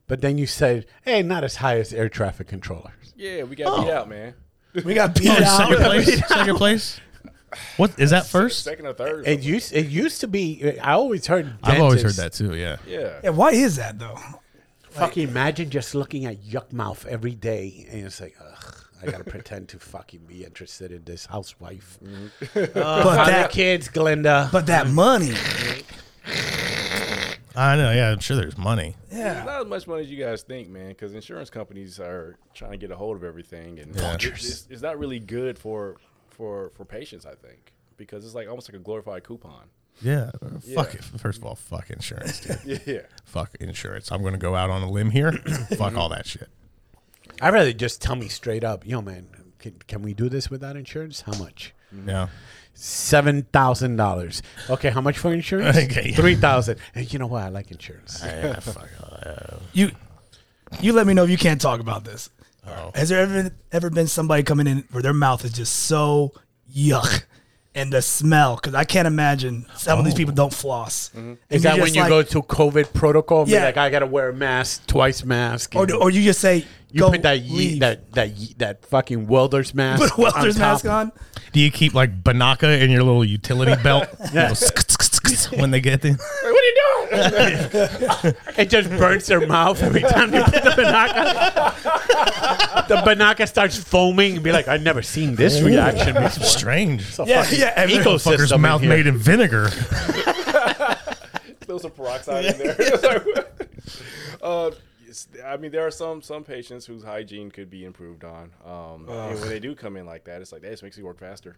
Speaker 4: but then you said, "Hey, not as high as air traffic controllers."
Speaker 5: Yeah, we got beat out, man.
Speaker 3: we got beat
Speaker 2: Second
Speaker 3: out.
Speaker 2: place. Second place. What is that first?
Speaker 5: Second or third.
Speaker 4: It used it used to be. I always heard.
Speaker 2: I've always heard
Speaker 4: dentists-
Speaker 2: that too. Yeah.
Speaker 5: yeah.
Speaker 3: Yeah, why is that though?
Speaker 4: Fucking imagine just looking at yuck mouth every day, and it's like, ugh, I gotta pretend to fucking be interested in this housewife.
Speaker 3: but Uh,
Speaker 4: Other
Speaker 3: that,
Speaker 4: kids, Glinda.
Speaker 3: but that money.
Speaker 2: I know. Yeah, I'm sure there's money.
Speaker 5: It's not as much money as you guys think, man, because insurance companies are trying to get a hold of everything, and it's, it's- it's not really good for for for patients. I think because it's like almost like a glorified coupon.
Speaker 2: Yeah. Fuck it. First of all, fuck insurance, dude.
Speaker 5: Yeah,
Speaker 2: fuck insurance. I'm gonna go out on a limb here. fuck all that shit.
Speaker 4: I'd rather just tell me straight up, yo, man, can, can we do this without insurance? How much?
Speaker 2: Yeah.
Speaker 4: Seven thousand dollars. Okay, how much for insurance?
Speaker 2: Okay, yeah.
Speaker 4: Three thousand. And you know what? I like insurance.
Speaker 2: Yeah, fuck all that.
Speaker 3: You you let me know if you can't talk about this.
Speaker 2: Uh-oh.
Speaker 3: Has there ever ever been somebody coming in where their mouth is just so yuck and the smell? Because I can't imagine some of these people don't floss. And
Speaker 4: Oh. Mm-hmm. Is
Speaker 3: you're
Speaker 4: that when
Speaker 3: just
Speaker 4: you
Speaker 3: like-
Speaker 4: go to COVID protocol? and be
Speaker 3: Yeah. Oh,
Speaker 4: Like I gotta wear a mask, twice mask.
Speaker 3: or
Speaker 4: and
Speaker 3: do- or you just say
Speaker 4: you
Speaker 3: go
Speaker 4: put that ye-
Speaker 3: leave.
Speaker 4: that that ye- that fucking welder's mask.
Speaker 3: put a welder's
Speaker 4: on top.
Speaker 3: mask on.
Speaker 2: Do you keep like Banaka in your little utility belt? Little when they get there.
Speaker 4: It just burns their mouth every time you put the banaka. the banaka starts foaming and be like, I've never seen this reaction before.
Speaker 2: Strange.
Speaker 4: It's a
Speaker 3: Yeah,
Speaker 4: fucking
Speaker 3: yeah. and-
Speaker 4: ecosystem
Speaker 2: Fucker's
Speaker 4: in
Speaker 2: mouth
Speaker 4: here.
Speaker 2: made of vinegar.
Speaker 5: throw some peroxide in there. It's like- uh, yes, I mean, there are some some patients whose hygiene could be improved on. Um, and when they do come in like that, it's like that just makes you work faster.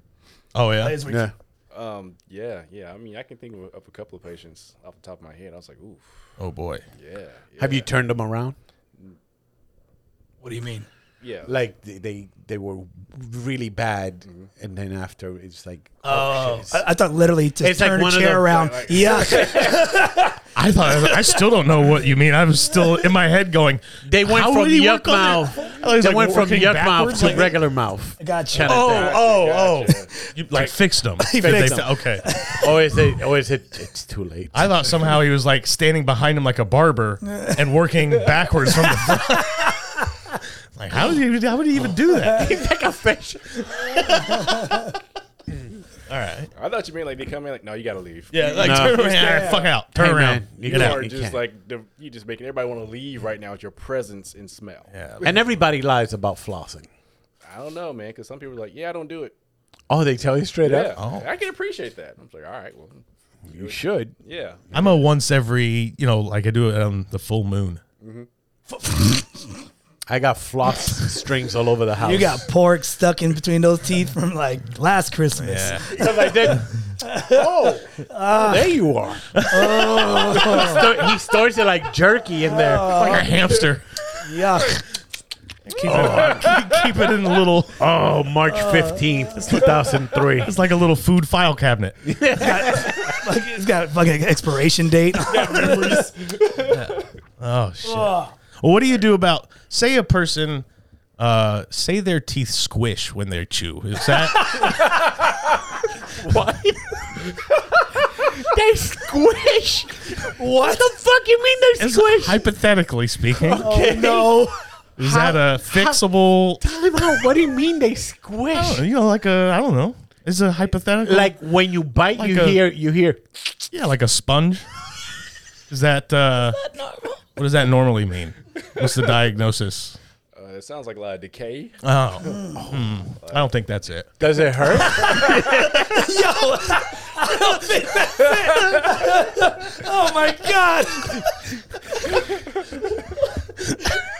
Speaker 2: Oh yeah.
Speaker 3: It's weird.
Speaker 4: Yeah.
Speaker 5: Um, yeah, yeah. I mean, I can think of, of a couple of patients off the top of my head. I was like, ooh,
Speaker 2: Oh boy.
Speaker 5: yeah. yeah.
Speaker 4: Have you turned them around?
Speaker 3: What do you mean?
Speaker 5: Yeah.
Speaker 4: like they they, they were really bad,
Speaker 2: Mm-hmm.
Speaker 4: and then after it's like
Speaker 3: Oh, I, I thought literally to
Speaker 4: It's like
Speaker 3: turn
Speaker 4: one
Speaker 3: a
Speaker 4: of
Speaker 3: chair
Speaker 4: the-
Speaker 3: around.
Speaker 5: like-
Speaker 3: yeah,
Speaker 2: I thought I still don't know what you mean. I'm still in my head going.
Speaker 4: they went
Speaker 2: "How
Speaker 4: from
Speaker 2: would he
Speaker 4: yuck
Speaker 2: work on
Speaker 4: mouth.
Speaker 2: that?" I was
Speaker 4: They
Speaker 2: like
Speaker 4: went from
Speaker 2: working
Speaker 4: yuck mouth
Speaker 2: backwards,
Speaker 4: to
Speaker 2: like-
Speaker 4: regular mouth.
Speaker 3: gotcha.
Speaker 4: Kinda
Speaker 2: Oh,
Speaker 4: thing.
Speaker 2: oh,
Speaker 5: gotcha.
Speaker 2: oh! You, like fixed him.
Speaker 3: He
Speaker 2: They-
Speaker 3: fixed
Speaker 2: they-
Speaker 3: him.
Speaker 2: Okay.
Speaker 4: or is it? Or is it? It's too late.
Speaker 2: I thought somehow he was like standing behind him like a barber and working backwards from the front. like how would he? How would he even do that?
Speaker 4: He's like a fish.
Speaker 2: All right.
Speaker 5: I thought you meant like they come in like, no, you gotta leave.
Speaker 2: Yeah. Like
Speaker 4: No.
Speaker 2: turn around. Fuck out. Turn
Speaker 4: Hey,
Speaker 2: around.
Speaker 4: man, you
Speaker 2: Get
Speaker 5: You
Speaker 4: Yeah,
Speaker 2: out.
Speaker 5: are
Speaker 4: you
Speaker 5: just
Speaker 4: can't.
Speaker 5: like the, you just making everybody want to leave right now with your presence and smell.
Speaker 2: Yeah.
Speaker 4: And everybody lies about flossing.
Speaker 5: I don't know, man, because some people are like, yeah, I don't do it.
Speaker 4: Oh, they tell you straight
Speaker 5: Yeah,
Speaker 4: up. Oh,
Speaker 2: Oh.
Speaker 5: I can appreciate that. I'm like, all right, well,
Speaker 4: You should.
Speaker 5: yeah,
Speaker 2: I'm a once every, you know, like I do it on the full moon.
Speaker 4: I got floss strings all over the house.
Speaker 3: You got pork stuck in between those teeth from like last Christmas.
Speaker 4: Because I did. Oh,
Speaker 2: Ah.
Speaker 4: there you are.
Speaker 2: Oh.
Speaker 4: Sto- he stores it like jerky in there.
Speaker 2: Like a hamster.
Speaker 3: Yuck.
Speaker 2: Keep, it, keep it in the little.
Speaker 4: Oh, March 15th, 2003.
Speaker 2: It's like a little food file cabinet.
Speaker 3: Like, it's got a fucking expiration date.
Speaker 2: Oh shit. Well, what do you do about say a person uh say their teeth squish when they chew? Is that
Speaker 4: What? they squish. What the fuck you mean they
Speaker 2: is-
Speaker 4: squish?
Speaker 2: hypothetically speaking?
Speaker 3: no.
Speaker 2: Is that a fixable
Speaker 4: Time out. What do you mean they squish?
Speaker 3: Oh.
Speaker 2: you know, like a I don't know. Is a hypothetical
Speaker 4: Like when you bite,
Speaker 2: Like
Speaker 4: you
Speaker 2: a-
Speaker 4: hear you hear.
Speaker 2: yeah, like a sponge? Is that uh what does that normally mean? What's the diagnosis?
Speaker 5: uh, it sounds like a lot of decay.
Speaker 2: Oh, Hmm. I don't think that's it.
Speaker 4: Does it hurt?
Speaker 3: Yo. I don't think that's it. Oh my god.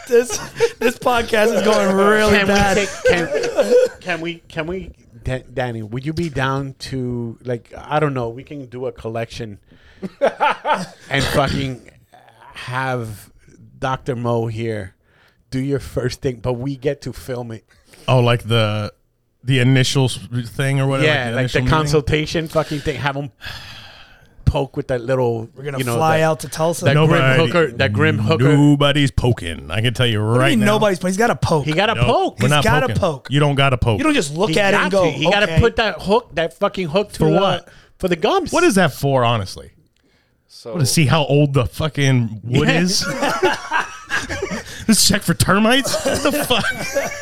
Speaker 3: this this podcast is going really
Speaker 4: can
Speaker 3: bad.
Speaker 4: we take, can, can we can we Dan- Danny would you be down to like I don't know we can do a collection and fucking have Dr. Mo here do your first thing but we get to film it
Speaker 2: Oh, like the the initial s- thing or whatever.
Speaker 4: yeah like the
Speaker 2: initial meeting?
Speaker 4: consultation fucking thing have them poke with that little
Speaker 3: We're gonna
Speaker 4: you know,
Speaker 3: fly
Speaker 4: that-
Speaker 3: out to Tulsa.
Speaker 4: that
Speaker 2: Nobody-
Speaker 4: grim hooker that grim hooker
Speaker 2: Nobody's poking. I can tell you
Speaker 3: What do
Speaker 2: right
Speaker 3: you mean
Speaker 2: now.
Speaker 3: nobody's he's got a poke.
Speaker 4: he got a
Speaker 2: No,
Speaker 4: poke
Speaker 2: we're
Speaker 3: He's
Speaker 2: not
Speaker 3: gotta
Speaker 2: poking.
Speaker 3: poke.
Speaker 2: You don't got to poke.
Speaker 3: you don't just look
Speaker 4: he
Speaker 3: at it and
Speaker 4: got to.
Speaker 3: go.
Speaker 4: He got
Speaker 3: okay.
Speaker 4: to put that hook that fucking hook for
Speaker 2: what?
Speaker 4: for the gums
Speaker 2: What is that for? Honestly,
Speaker 5: So
Speaker 2: to see how old the fucking wood
Speaker 4: Yeah.
Speaker 2: is. Let's check for termites. What the fuck?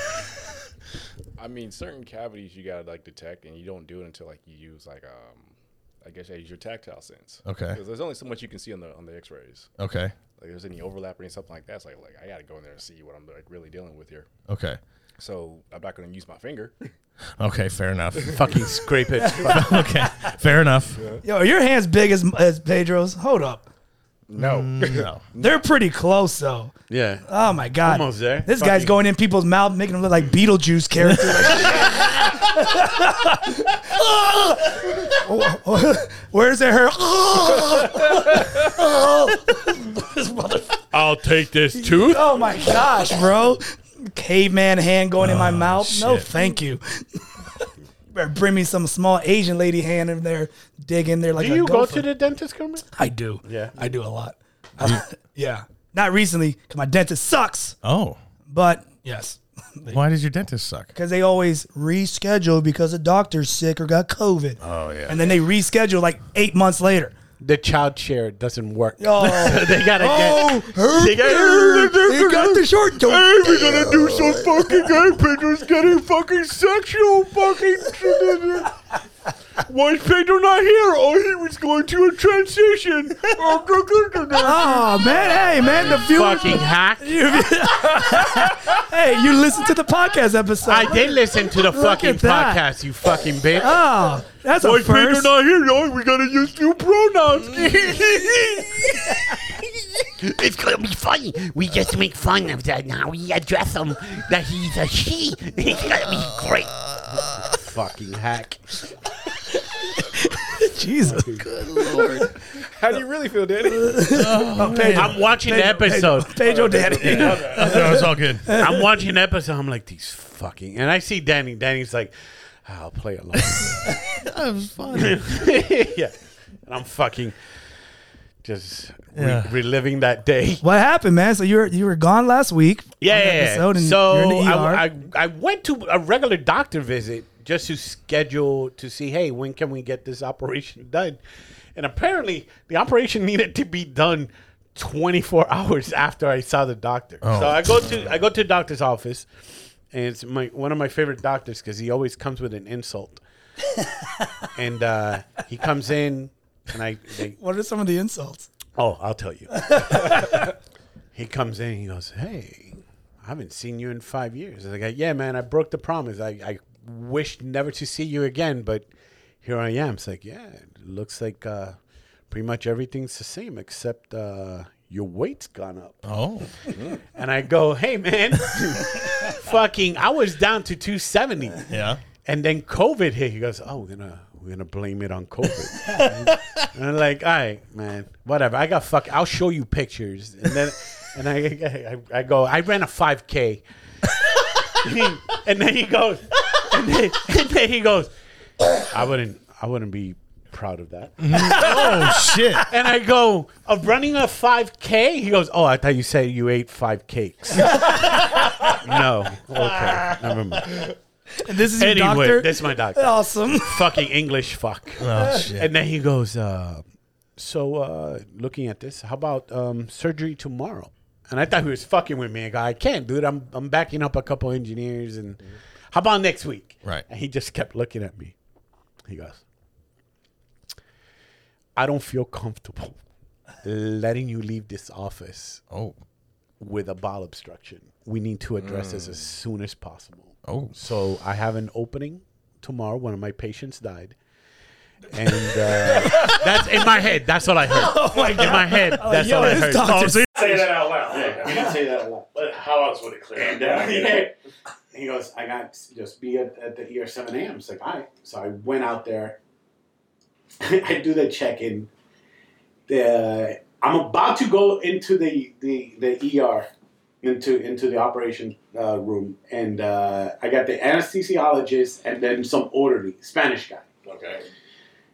Speaker 5: I mean, certain cavities you gotta like detect, and you don't do it until like you use like um, I guess I use your tactile sense.
Speaker 2: Okay.
Speaker 5: 'Cause there's only so much you can see on the on the X-rays.
Speaker 2: Okay.
Speaker 5: Like, if there's any overlap or any something like that. It's like like I gotta go in there and see what I'm like really dealing with here.
Speaker 2: Okay.
Speaker 5: So I'm not gonna use my finger.
Speaker 2: Okay. Fair enough.
Speaker 4: fucking scrape it
Speaker 2: okay. Fair enough.
Speaker 3: Yo, are your hands big as as Pedro's. Hold up.
Speaker 5: No.
Speaker 2: Mm, No.
Speaker 3: They're pretty close though.
Speaker 4: yeah
Speaker 3: Oh my god.
Speaker 4: Almost there.
Speaker 3: This
Speaker 4: Fucking-
Speaker 3: guy's going in people's mouth, making them look like Beetlejuice characters. Where's it hurt?
Speaker 4: I'll take this tooth.
Speaker 3: Oh my gosh, bro. Caveman hand going
Speaker 4: Oh,
Speaker 3: in my mouth. No,
Speaker 2: shit.
Speaker 3: thank you. You Better bring me some small Asian lady hand in there, dig in there like
Speaker 4: Do
Speaker 3: a
Speaker 4: you go
Speaker 3: gopher.
Speaker 4: to the dentist, Kermit?
Speaker 3: I do.
Speaker 4: Yeah.
Speaker 3: I do a lot. yeah. Not recently, because my dentist sucks,
Speaker 2: Oh.
Speaker 3: but yes.
Speaker 2: Why does your dentist suck?
Speaker 3: Because they always reschedule because a doctor's sick or got COVID.
Speaker 2: Oh yeah.
Speaker 3: and then they reschedule like eight months later.
Speaker 4: The child share doesn't work.
Speaker 3: Oh,
Speaker 4: They gotta
Speaker 3: oh,
Speaker 4: They got-
Speaker 3: they got the short
Speaker 4: get. Hey, we're gonna do some fucking good. Pedro's getting fucking sexual. Fucking. Why is Pedro not here? Oh, he was going to a transition. Oh,
Speaker 3: Oh man, hey man, the viewers.
Speaker 4: fucking hack.
Speaker 3: Hey, you listen to the podcast episode.
Speaker 4: I did listen to the fucking
Speaker 3: at that.
Speaker 4: podcast, you fucking bitch.
Speaker 3: Oh, that's a
Speaker 4: Why is Pedro
Speaker 3: first.
Speaker 4: not here? Oh, we gotta use new pronouns.
Speaker 6: It's gonna be funny. We just make fun of that now. We address him that he's a she. It's gonna be great.
Speaker 4: fucking hack.
Speaker 3: Jesus,
Speaker 5: How do you really feel, Danny?
Speaker 4: Oh, I'm watching the episode.
Speaker 3: Pedro Daddy.
Speaker 2: no, it's all good.
Speaker 4: I'm watching the episode. I'm like, these fucking. And I see Danny. Danny's like, I'll play along.
Speaker 2: That was fun.
Speaker 4: yeah. And I'm fucking just re-
Speaker 2: Yeah.
Speaker 4: reliving that day.
Speaker 3: What happened, man? So you were you were gone last week. on the
Speaker 4: Yeah.
Speaker 3: episode, and
Speaker 4: so
Speaker 3: you're in the ER.
Speaker 4: I, I, I went to a regular doctor visit just to schedule to see, hey, when can we get this operation done? And apparently, the operation needed to be done 24 hours after I saw the doctor.
Speaker 3: Oh.
Speaker 4: So I go to I go to the doctor's office, and it's my one of my favorite doctors because he always comes with an insult. and uh, he comes in, and I they,
Speaker 3: what are some of the insults?
Speaker 4: Oh, I'll tell you. he comes in. He goes, "Hey, I haven't seen you in five years." And I go, "Yeah, man, I broke the promise. I, I wished never to see you again, but here I am." It's like, "Yeah, it looks like uh, pretty much everything's the same except uh, your weight's gone up."
Speaker 2: Oh,
Speaker 4: And I go, "Hey, man, fucking, I was down to two seventy.
Speaker 2: yeah.
Speaker 4: And then COVID hit. He goes, "Oh, we're gonna we're gonna blame it on COVID." and I'm like, "All right, man, whatever. I got fuck. I'll show you pictures." And then, and I, I I go, "I ran a 5K." and then he goes, and then, and then he goes, "I wouldn't I wouldn't be proud of that."
Speaker 2: Oh shit.
Speaker 4: And I go, "Of running a 5K?" He goes, "Oh, I thought you said you ate five cakes." no, okay, never mind.
Speaker 3: And this is your
Speaker 4: Anyway,
Speaker 3: doctor.
Speaker 4: that's my doctor
Speaker 3: awesome.
Speaker 4: fucking English fuck.
Speaker 2: Oh shit.
Speaker 4: And then he goes, uh, so uh, looking at this, how about um, surgery tomorrow? And I thought he was fucking with me. I go, I can't, dude. I'm I'm backing up a couple engineers and how about next week?
Speaker 2: Right.
Speaker 4: And he just kept looking at me. He goes, I don't feel comfortable letting you leave this office
Speaker 2: Oh.
Speaker 4: with a bowel obstruction. We need to address this as soon as possible.
Speaker 2: Oh.
Speaker 4: So I have an opening tomorrow. One of my patients died. And uh, that's in my head. That's all I heard. Oh my God. In my head. That's all I
Speaker 3: this
Speaker 4: heard.
Speaker 3: doctor's-
Speaker 7: say that out loud. Yeah, you didn't say that out loud. But how else would it clear?
Speaker 4: down here. And uh, he goes, I got to just be at, at the ER 7 a.m. It's like, all right. So I went out there. I do the check in. The I'm about to go into the the, the ER, into into the operation uh, room, and uh, I got the anesthesiologist and then some orderly Spanish guy.
Speaker 7: Okay.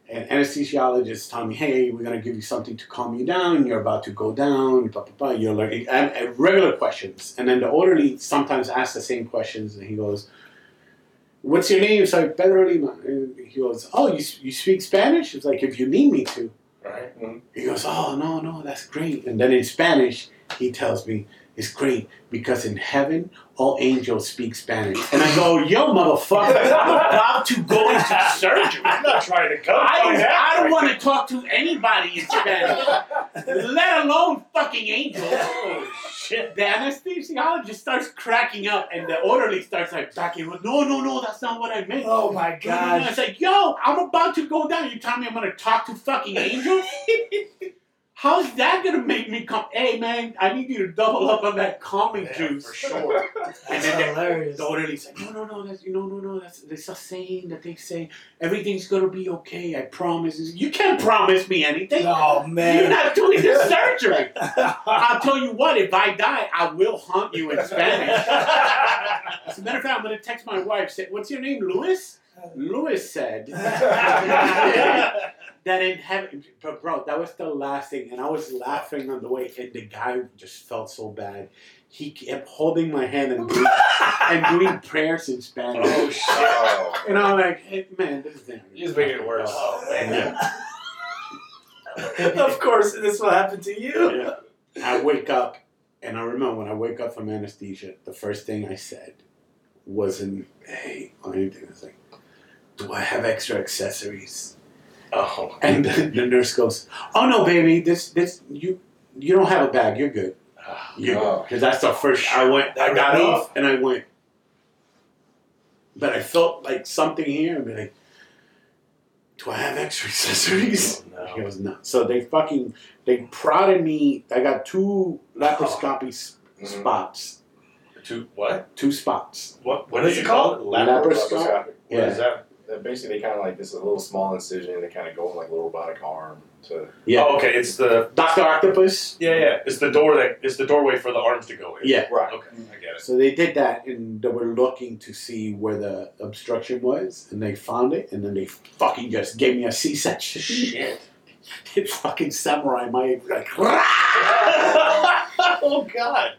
Speaker 4: And anesthesiologist tell me, hey, we're gonna give you something to calm you down. You're about to go down. Blah, blah, blah. You're learning and, and regular questions. And then the orderly sometimes asks the same questions, and he goes, "What's your name?" So Pedro Lima. And he goes, "Oh, you, s- you speak Spanish?" It's like if you need me to.
Speaker 7: Right. Mhm.
Speaker 4: He goes, "Oh no, no, that's great." And then in Spanish, he tells me, "It's great because in heaven, all angels speak Spanish." And I go, "Yo, motherfucker, I'm about to go into surgery.
Speaker 7: I'm not trying to go.
Speaker 4: I don't, I don't
Speaker 7: Right.
Speaker 4: want to talk to anybody in Spanish, let alone fucking angels." shit. The anesthesiologist starts cracking up, and the orderly starts like backing. up. No, no, no, that's not what I meant.
Speaker 3: Oh my
Speaker 4: No, no, no.
Speaker 3: gosh.
Speaker 4: It's like, yo, I'm about to go down. You tell me I'm gonna talk to fucking angels? How's that gonna make me come? Hey man, I need you to double up on that calming juice.
Speaker 7: for sure.
Speaker 4: And
Speaker 3: That's
Speaker 4: then the-
Speaker 3: hilarious.
Speaker 4: the orderly's like, no, no, no, that's, no, no, no, that's, that's a saying that they say everything's gonna be okay. I promise. You can't promise me anything.
Speaker 3: Oh
Speaker 4: You're
Speaker 3: man.
Speaker 4: not doing the surgery. I'll tell you what, if I die, I will haunt you in Spanish. As a matter of fact, I'm going to text my wife. Say, What's your name, Louis?
Speaker 3: Uh,
Speaker 4: Louis said that in heaven. But, bro, that was the last thing. And I was laughing on the way, and the guy just felt so bad. He kept holding my hand and doing, and doing prayers in Spanish.
Speaker 7: Oh shit!
Speaker 4: And I'm like, hey, man, this is damn.
Speaker 7: You're just making it worse.
Speaker 4: Oh,
Speaker 3: of course, this will happen to you.
Speaker 4: Yeah. I wake up, and I remember when I wake up from anesthesia, the first thing I said wasn't "Hey" or anything. I was like, "Do I have extra accessories?"
Speaker 7: Oh.
Speaker 4: And the, the nurse goes, "Oh no, baby, this this you you don't have a bag. You're good. You're
Speaker 7: Oh.
Speaker 4: Because that's the first I went. I got
Speaker 7: Relief.
Speaker 4: off, and I went. But I felt like something here, and be like, "Do I have extra accessories?"
Speaker 7: Oh, no.
Speaker 4: He goes, no. So they fucking they prodded me. I got two laparoscopy s
Speaker 7: Mhm.
Speaker 4: spots,
Speaker 7: Two what?
Speaker 4: two spots.
Speaker 7: What? What is it called?
Speaker 4: Laparoscopic.
Speaker 7: Laparoscopic. What is that?
Speaker 5: that basically kind of like this is a little small incision and they kind of go in like a robotic arm to
Speaker 4: Yeah.
Speaker 7: Oh, okay. It's the
Speaker 4: Doctor Octopus.
Speaker 7: yeah, yeah. It's the door that it's the doorway for the arms to go in.
Speaker 4: Yeah.
Speaker 7: Right. Okay. I get it.
Speaker 4: So they did that, and they were looking to see where the obstruction was, and they found it, and then they fucking just gave me a C-section. Shit. They fucking samurai my like,
Speaker 7: oh God.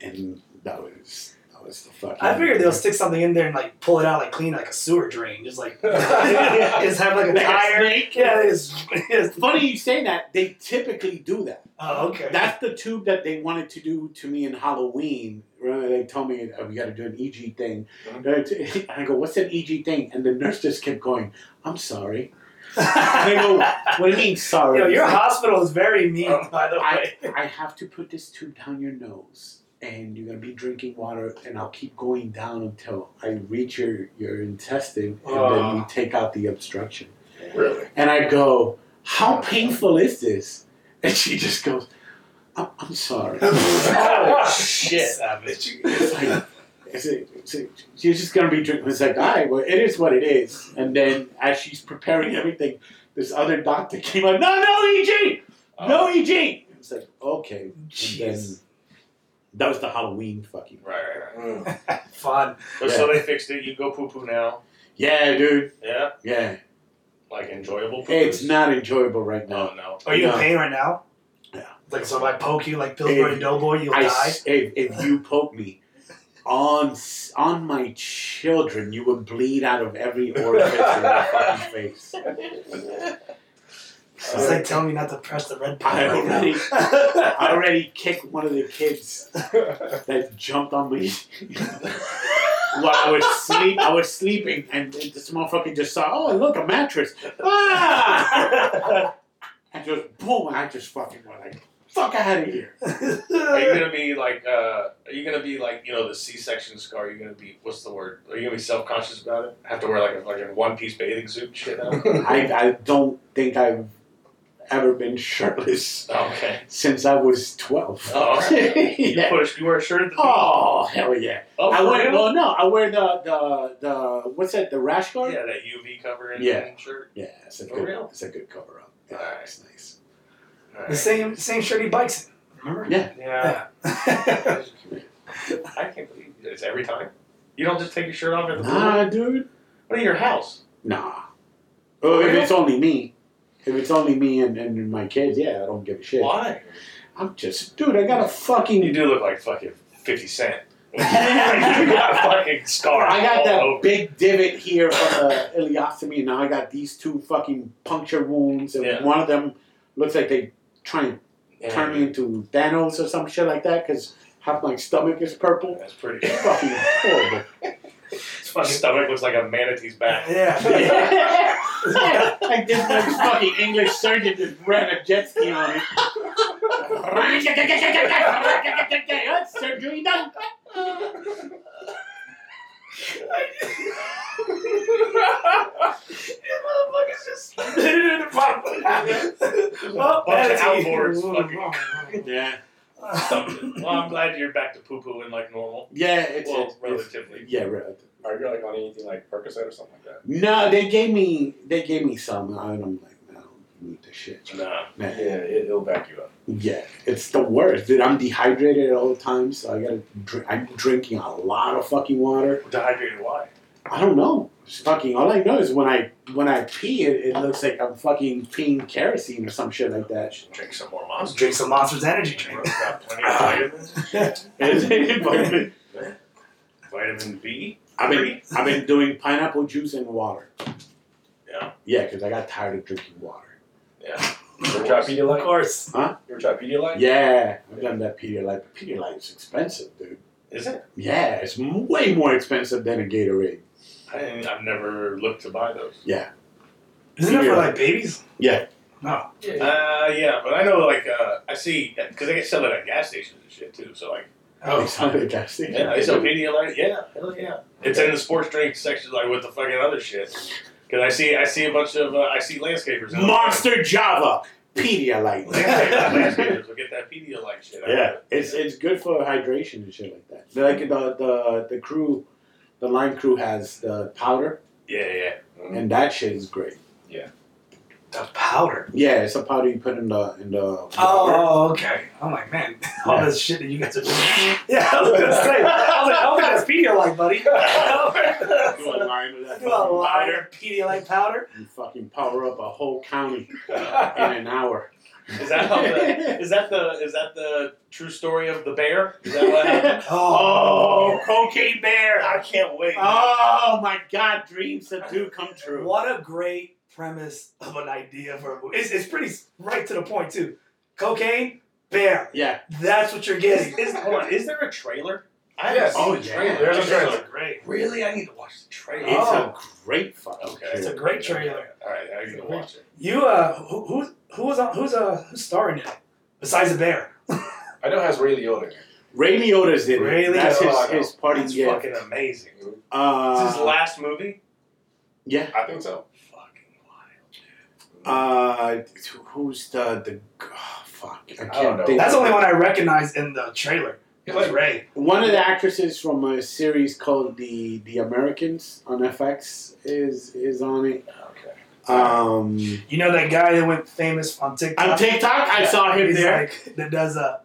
Speaker 4: and that was that was the fucking.
Speaker 3: I figured they'll stick something in there and like pull it out, like clean like a sewer drain, just like just have like a tire. Yeah, it's, it's
Speaker 4: Funny you say that. They typically do that.
Speaker 3: oh, okay.
Speaker 4: That's the tube that they wanted to do to me in Halloween. Remember, they told me oh, we got to do an EG thing.
Speaker 7: Uh-huh.
Speaker 4: And I go, "What's an EG thing?" And the nurse just kept going, "I'm sorry." And I go, "What do you mean, sorry?"
Speaker 3: Yo, your hospital is very mean, by the
Speaker 4: I,
Speaker 3: way.
Speaker 4: I have to put this tube down your nose, and you're gonna be drinking water, and I'll keep going down until I reach your your intestine, and then we
Speaker 7: Ah.
Speaker 4: take out the obstruction.
Speaker 7: Really?
Speaker 4: And I go, "How painful is this?" And she just goes, "I'm, I'm sorry."
Speaker 7: oh shit.
Speaker 3: Savage.
Speaker 4: It's like, it's like- it's like, she's just gonna be drinking. It's like, all right, well, it is what it is. And then as she's preparing everything, this other doctor came out. No, no, EG,
Speaker 7: Oh.
Speaker 4: no EG. It's like, okay. And then
Speaker 3: Jeez.
Speaker 4: that was the Halloween fucking.
Speaker 7: Right, right, right.
Speaker 3: Fun.
Speaker 7: So, so they fixed it. You go poo poo now.
Speaker 4: Yeah, dude.
Speaker 7: Yeah.
Speaker 4: Yeah,
Speaker 7: Like enjoyable Oh, poo.
Speaker 4: it's not enjoyable right now.
Speaker 7: No, no.
Speaker 3: Are you
Speaker 4: No.
Speaker 3: in pain right now?
Speaker 4: Yeah.
Speaker 3: Like so, if I poke you like Pillsbury
Speaker 4: Hey,
Speaker 3: Doughboy, you'll
Speaker 4: I
Speaker 3: die.
Speaker 4: s- if, if you poke me on s- on my children, you would bleed out of every orifice in my fucking face.
Speaker 3: It's like telling me not to press the red
Speaker 4: I
Speaker 3: button. right now.
Speaker 4: already, I already kicked one of the kids that jumped on me while I was sleep. I was sleeping, and this motherfucker just saw, oh look, a mattress, ah! and just boom, I just fucking went like, fuck out of here.
Speaker 7: Are you gonna be like? Uh, are you gonna be like you know the C-section scar? Are you gonna be what's the word? Are you gonna be self-conscious about it? Have to wear like a like a one-piece bathing suit and shit now?
Speaker 4: I, I don't think I've ever been shirtless
Speaker 7: Oh, okay.
Speaker 4: since I was twelve.
Speaker 7: Oh, okay. You
Speaker 4: Yeah.
Speaker 7: push. You wear a shirt at the
Speaker 4: Oh hell yeah!
Speaker 7: Oh,
Speaker 4: I
Speaker 7: for
Speaker 4: wear
Speaker 7: real?
Speaker 4: well no, I wear the the the what's that? The rash guard.
Speaker 7: Yeah, that UV cover and
Speaker 4: Yeah.
Speaker 7: shirt.
Speaker 4: Yeah, it's a
Speaker 7: For
Speaker 4: good.
Speaker 7: real?
Speaker 4: It's a good cover up. Yeah,
Speaker 7: Alright.
Speaker 4: it's nice.
Speaker 7: All
Speaker 3: The
Speaker 7: right.
Speaker 3: same same shirt he bikes in. Remember?
Speaker 4: Yeah.
Speaker 7: Yeah. I can't believe it's every time. You don't just take your shirt off at the pool.
Speaker 4: Nah, dude.
Speaker 7: What in your house?
Speaker 4: Nah. Oh, if
Speaker 7: real?
Speaker 4: it's only me. If it's only me and, and my kids, yeah, I don't give a shit.
Speaker 7: Why?
Speaker 4: I'm just, dude. I got a
Speaker 7: You
Speaker 4: fucking.
Speaker 7: do look like fucking Fifty Cent. Like, you got a fucking scar.
Speaker 4: I got
Speaker 7: all
Speaker 4: that
Speaker 7: over.
Speaker 4: big divot here from the ileostomy, and now I got these two fucking puncture wounds, and
Speaker 7: Yeah.
Speaker 4: one of them looks like they try and
Speaker 7: Yeah,
Speaker 4: turn me into Thanos or some shit like that because half my stomach is purple.
Speaker 7: That's pretty.
Speaker 4: It's fucking horrible.
Speaker 7: My stomach looks like a manatee's back.
Speaker 3: Yeah.
Speaker 4: like this like fucking English surgeon just ran a jet ski on it. That's surgery done.
Speaker 3: well,
Speaker 7: Bunch of
Speaker 3: manatee.
Speaker 7: outboards, fucking-
Speaker 4: Yeah,
Speaker 7: well, I'm glad you're back to poo poo and like normal.
Speaker 4: yeah, it's,
Speaker 7: Well,
Speaker 4: it's-
Speaker 7: relatively.
Speaker 4: yeah, relative.
Speaker 5: Are you like on anything like Percocet or something like that?
Speaker 4: No, they gave me they gave me some, and I'm like, no, I don't need this shit.
Speaker 7: Nah.
Speaker 4: Man,
Speaker 5: Yeah, it, will back you up.
Speaker 4: yeah, it's the worst. Dude, I'm dehydrated all the time, so I gotta. Drink, I'm drinking a lot of fucking water.
Speaker 7: Dehydrated why?
Speaker 4: I don't know. It's fucking all I know is when I when I pee, it, it looks like I'm fucking peeing kerosene or some shit like that.
Speaker 7: Drink some more
Speaker 3: Let's
Speaker 7: monster.
Speaker 3: drink some Monsters Energy
Speaker 7: Drink.
Speaker 3: drink.
Speaker 7: Got plenty of vitamins.
Speaker 4: I've
Speaker 7: Vitamin B.
Speaker 4: been I've been doing pineapple juice and water.
Speaker 7: Yeah.
Speaker 4: Yeah, because I got tired of drinking water.
Speaker 7: Yeah.
Speaker 5: You ever try Pedialyte?
Speaker 3: Of course.
Speaker 5: You ever try Pedialyte?
Speaker 4: Yeah, I've done that Pedialyte. But Pedialyte is expensive, dude.
Speaker 7: Is it?
Speaker 4: Yeah, it's m- way more expensive than a Gatorade.
Speaker 7: I didn't, I've never looked to buy those.
Speaker 3: Isn't it for like babies?
Speaker 4: Yeah.
Speaker 3: No.
Speaker 7: Uh, yeah, but I know like uh, I see because they get sell it at gas stations and shit too. So like,
Speaker 4: Oh, it's not a gas station.
Speaker 7: yeah, they sell Pedialyte. Yeah, hell yeah. It's in the sports drink section, like with the fucking other shit. Because I see, I see a bunch of, uh, I see landscapers. in-
Speaker 4: Monster Java Pedialyte.
Speaker 7: Landscapers, landscapers will get that Pedialyte shit. out of
Speaker 4: Yeah,
Speaker 7: it.
Speaker 4: it's it's good for hydration and shit like that. Like the the the crew, the line crew has the powder,
Speaker 7: Yeah, yeah. Mhm.
Speaker 4: and that shit is great.
Speaker 7: The powder.
Speaker 4: Yeah, it's a powder you put in the in the.
Speaker 7: Oh, okay. I'm like, man, all this shit that you guys are doing. Yeah, I was gonna say. I was like, I don't got a Pedialyte, buddy.
Speaker 4: You a line with that
Speaker 7: You
Speaker 4: fucking
Speaker 7: a
Speaker 4: powder?
Speaker 7: liar, Pedialyte powder?
Speaker 4: You fucking power up a whole county in an hour.
Speaker 7: Is that how the, is that the is that the true story of the bear? Is that what happened?
Speaker 1: Um,
Speaker 4: Oh, cocaine bear!
Speaker 7: I can't wait.
Speaker 4: Oh my God, dreams that do come true.
Speaker 1: What a great premise of an idea for a movie. It's, it's pretty s- right to the point too. Cocaine, bear.
Speaker 4: Yeah.
Speaker 1: That's what you're
Speaker 7: Is,
Speaker 1: getting.
Speaker 7: is, hold on, is there a trailer? I haven't
Speaker 5: Yes.
Speaker 7: seen
Speaker 4: Oh,
Speaker 7: the
Speaker 4: yeah.
Speaker 7: trailer.
Speaker 5: There's a
Speaker 7: This looks
Speaker 5: trailer.
Speaker 7: Great. Really, I need to watch the trailer.
Speaker 4: It's
Speaker 1: Oh.
Speaker 4: a great fucking
Speaker 7: okay.
Speaker 4: trailer.
Speaker 1: It's a great trailer.
Speaker 7: All right, I need to watch it.
Speaker 1: You uh, who who who was on, who's uh who's starring in it besides a bear?
Speaker 5: I know it has Ray Liotta in it.
Speaker 4: Ray Liotta's in it.
Speaker 1: Ray
Speaker 4: That's
Speaker 7: Liotta.
Speaker 4: his, his party
Speaker 7: It's
Speaker 4: gift.
Speaker 7: fucking amazing.
Speaker 4: Uh,
Speaker 7: it's his last movie.
Speaker 4: yeah.
Speaker 5: I think so.
Speaker 7: Fucking wild.
Speaker 4: Uh, who's the the? Oh, fuck, I can't
Speaker 5: don't know.
Speaker 4: think.
Speaker 1: That's the only one I recognized in the trailer. It was Ray.
Speaker 4: One of the actresses from a series called the the Americans on FX is is on it.
Speaker 5: Okay.
Speaker 4: Um,
Speaker 1: You know that guy that went famous on TikTok.
Speaker 4: on TikTok, I saw him
Speaker 1: He's
Speaker 4: there.
Speaker 1: like that does a.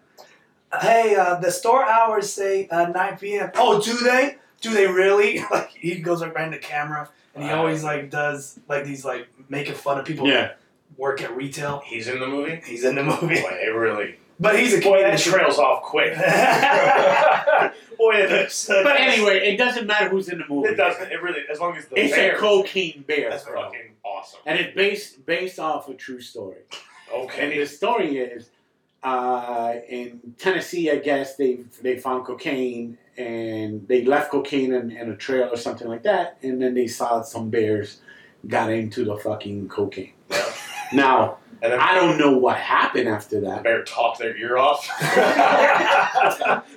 Speaker 1: Hey, uh, the store hours say uh, 9 p.m. Oh, do they? Do they really? Like he goes like right in the camera, and he
Speaker 7: Wow.
Speaker 1: always like does like these like making fun of people
Speaker 4: yeah,
Speaker 1: that work at retail.
Speaker 7: He's in the movie.
Speaker 1: He's in the movie,
Speaker 7: Boy, it really.
Speaker 1: but he's a
Speaker 7: Boy, that
Speaker 1: comedian.
Speaker 7: trails off quick. Boy, that's.
Speaker 4: but anyway, it doesn't matter who's in the movie.
Speaker 7: it doesn't. It really, as long as the
Speaker 4: It's
Speaker 7: bear.
Speaker 4: a cocaine bear,
Speaker 7: That's
Speaker 4: bro.
Speaker 7: fucking awesome.
Speaker 4: and it's based based off a true story. And
Speaker 7: Okay.
Speaker 4: the story is, uh, in Tennessee, I guess they they found cocaine and they left cocaine in, in a trail or something like that, and then they saw some bears got into the fucking cocaine.
Speaker 7: Yeah.
Speaker 4: Now
Speaker 7: And then
Speaker 4: I don't know what happened after
Speaker 7: the
Speaker 4: that.
Speaker 7: bear talked their ear off.